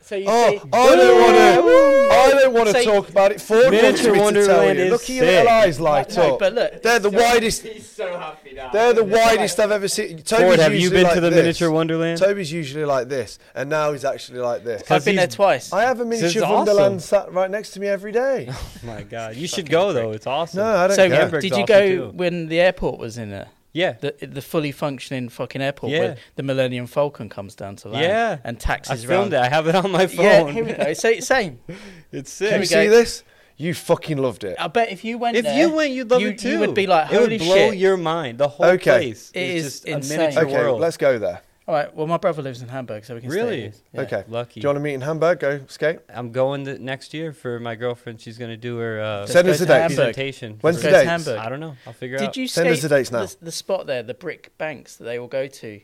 so you Oh, see, I don't want to. I don't want to Say- talk about it. Ford Miniature wants me to tell Wonderland you. is Look at your little sick. eyes light no, up. but look, They're the widest. He's so happy now. They're the widest I've ever seen. Toby's Ford, have you usually been like to the this. miniature wonderland? Toby's usually like this, and now he's actually like this. Cause I've been there he's- twice. I have a This is miniature awesome. Wonderland sat right next to me every day. Oh my god, you should go though. It's awesome. No, I don't so care. Hamburg's did you awesome go too. when the airport was in there? yeah, The the fully functioning fucking airport Yeah. where the Millennium Falcon comes down to land Yeah. and I taxis around. filmed it. I have it on my Yeah, phone. here we go. Say same. it's Do Here sick. you we see go. this? You fucking loved it. I bet if you went If there, you went, you'd love you- it too. you would be like, it "Holy would blow shit." your mind. The whole Okay. place It is is just insane. a miniature Okay, world. let's go there. All right. Well, my brother lives in Hamburg, so we can stay Really? here. Yeah. Okay. Lucky. Do you want to meet in Hamburg? Go skate. I'm going the next year for my girlfriend. She's gonna do her uh, Send go us the to dates. Hamburg. presentation. for- When's Let's the go to dates? Hamburg. I don't know. I'll figure out. Did you Send skate us the dates now. The, the spot there, the brick banks that they all go to?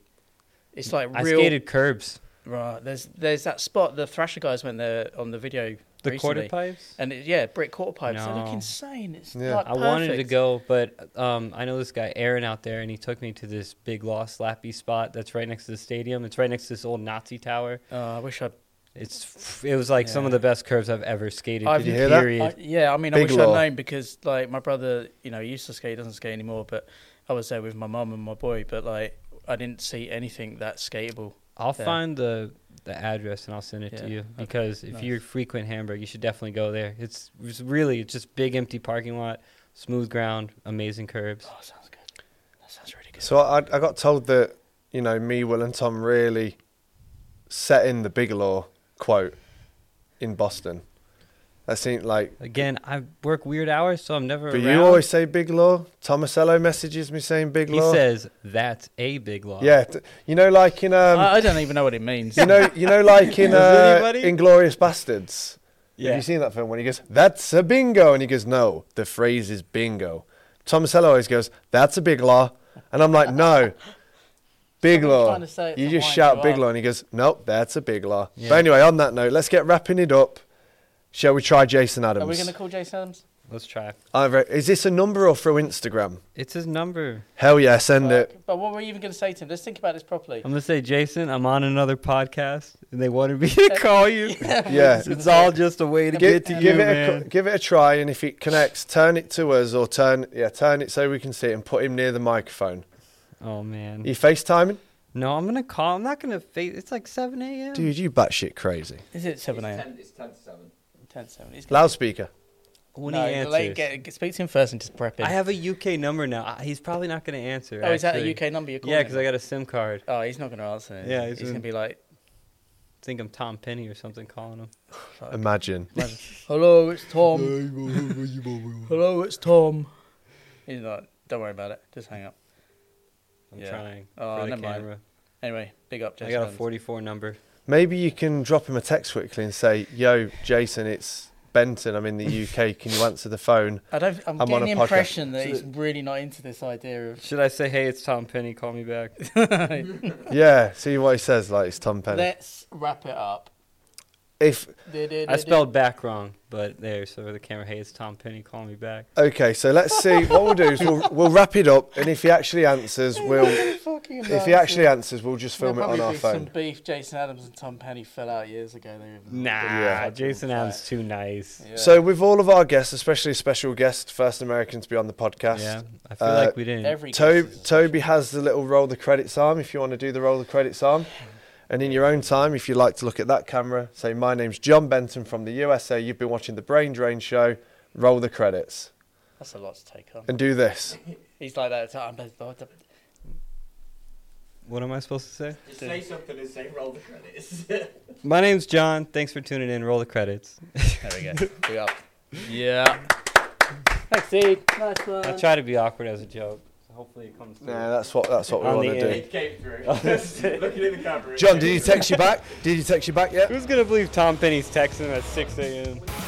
It's like I real. skated curbs. Right. There's there's that spot the Thrasher guys went there on the video. The quarter recently, pipes? And it, yeah, brick quarter pipes. They No. look insane. It's Yeah. like I wanted to perfect. go, but um, I know this guy Aaron out there, and he took me to this big lost slappy spot that's right next to the stadium. It's right next to this old Nazi tower. Uh, I wish I'd. It's it was like some of the best curves I've ever skated. I've- Oh, Did you hear that? period. I, yeah, I mean, I Big wish law. I'd known because like my brother, you know, he used to skate, he doesn't skate anymore. But I was there with my mum and my boy. But like, I didn't see anything that skateable. I'll Yeah. find the the address and I'll send it Yeah. to you Okay. because if Nice. you frequent Hamburg, you should definitely go there. It's, it's really it's just big empty parking lot, smooth ground, amazing curves. Oh, sounds good. That sounds really good. So I, I got told that, you know, me, Will, and Tom really set in the Bigelow quote in Boston. That seemed like. Again, I work weird hours, so I'm never. But around. you always say Bigelow. Tomasello messages me saying he Bigelow. says that's a big loss. yeah, th- you know, like in um, I, I don't even know what it means. you know, you know, like in [laughs] Does uh, anybody? Inglorious Bastards. Have Yeah. you seen that film when he goes, "That's a bingo," and he goes, "No, the phrase is bingo." Tom Selleck always goes, "That's a big law," and I'm like, [laughs] "No, big Someone's law." trying to say it You to just wind shout you big up. law, and he goes, "Nope, that's a big law." Yeah. But anyway, on that note, let's get wrapping it up. Shall we try Jason Adams? Are we going to call Jason Adams? Let's try. I've re- is this a number or through Instagram? It's his number. Hell yeah, send uh, Fuck. it. But what were you even going to say to him? Let's think about this properly. I'm gonna say, Jason, I'm on another podcast, and they wanted me [laughs] to call [laughs] you. Yeah. It's all just a way to Give, get to give you, it a, man. co- give it a try, and if it connects, turn it to us or turn yeah turn it so we can see it, and put him near the microphone. oh man. You FaceTiming, No, I'm gonna call. I'm not gonna face. It's like 7 a.m. dude. You batshit crazy. Is it 7 a.m.? It's ten, it's ten to seven. 10, 7. It's Loudspeaker. When no, he answers, Like, get, get- speak to him first and just prep him. I have a UK number now. I- He's probably not going to answer. oh, is that actually. a UK number you're calling? Yeah, because I got a SIM card. I Oh, he's not going to answer. is he? Yeah, he's he's, going in- to be like, think I'm Tom Penny or something calling him. Imagine. hello, it's Tom. hello, it's Tom. He's not. Don't worry about it. Just hang up. I'm Yeah. trying Oh, for the never mind. camera. Anyway, big up, Jason. I got a Adams. 44 number. Maybe you can drop him a text quickly and say, "Yo, Jason, it's Benton. I'm in the UK. Can you answer the phone?" I don't, I'm, I'm on getting a the podcast. impression that So- he's really not into this [laughs] idea of. Should I say, hey, it's Tom Penny, call me [laughs] back? Yeah. See what he says. Like it's Tom Penny. Let's wrap it up. [laughs] If I spelled back wrong, but there, so the camera, hey, it's Tom Penny, call me back. okay, so let's see what we'll do is we'll, we'll wrap it up, and if he actually answers, we'll if he actually answers, we'll just film it There'll on our probably be phone. Some beef. Jason Adams and Tom Penny fell out years ago. They were- Nah, Yeah. Jason Allen's too nice. Yeah. So with all of our guests, especially a special guest, first American to be on the podcast. Yeah, I feel Uh, like we didn't. every Toby, guest is- Toby has the little roll the credits arm if you want to do the roll the credits arm. And in your own time, if you like to look at that camera, say, My name's John Benton from the USA. You've been watching the Brain Drain Show. Roll the credits that's a lot to take on. and do [laughs] this. He's like that. I'm best- what am I supposed to say? Just Dude. say something and say roll the credits. My name's John. Thanks for tuning in. Roll the credits. There we go. we up. Yeah. Thanks, Steve. Nice one. I try to be awkward as a joke. So hopefully it comes through. Yeah, that's what that's what we On want the to do. air. it came through. [laughs] Looking in the camera. it John, came did he through. text you back? Did he text you back yet? Who's gonna believe Tom Penny's texting at 6 a.m.?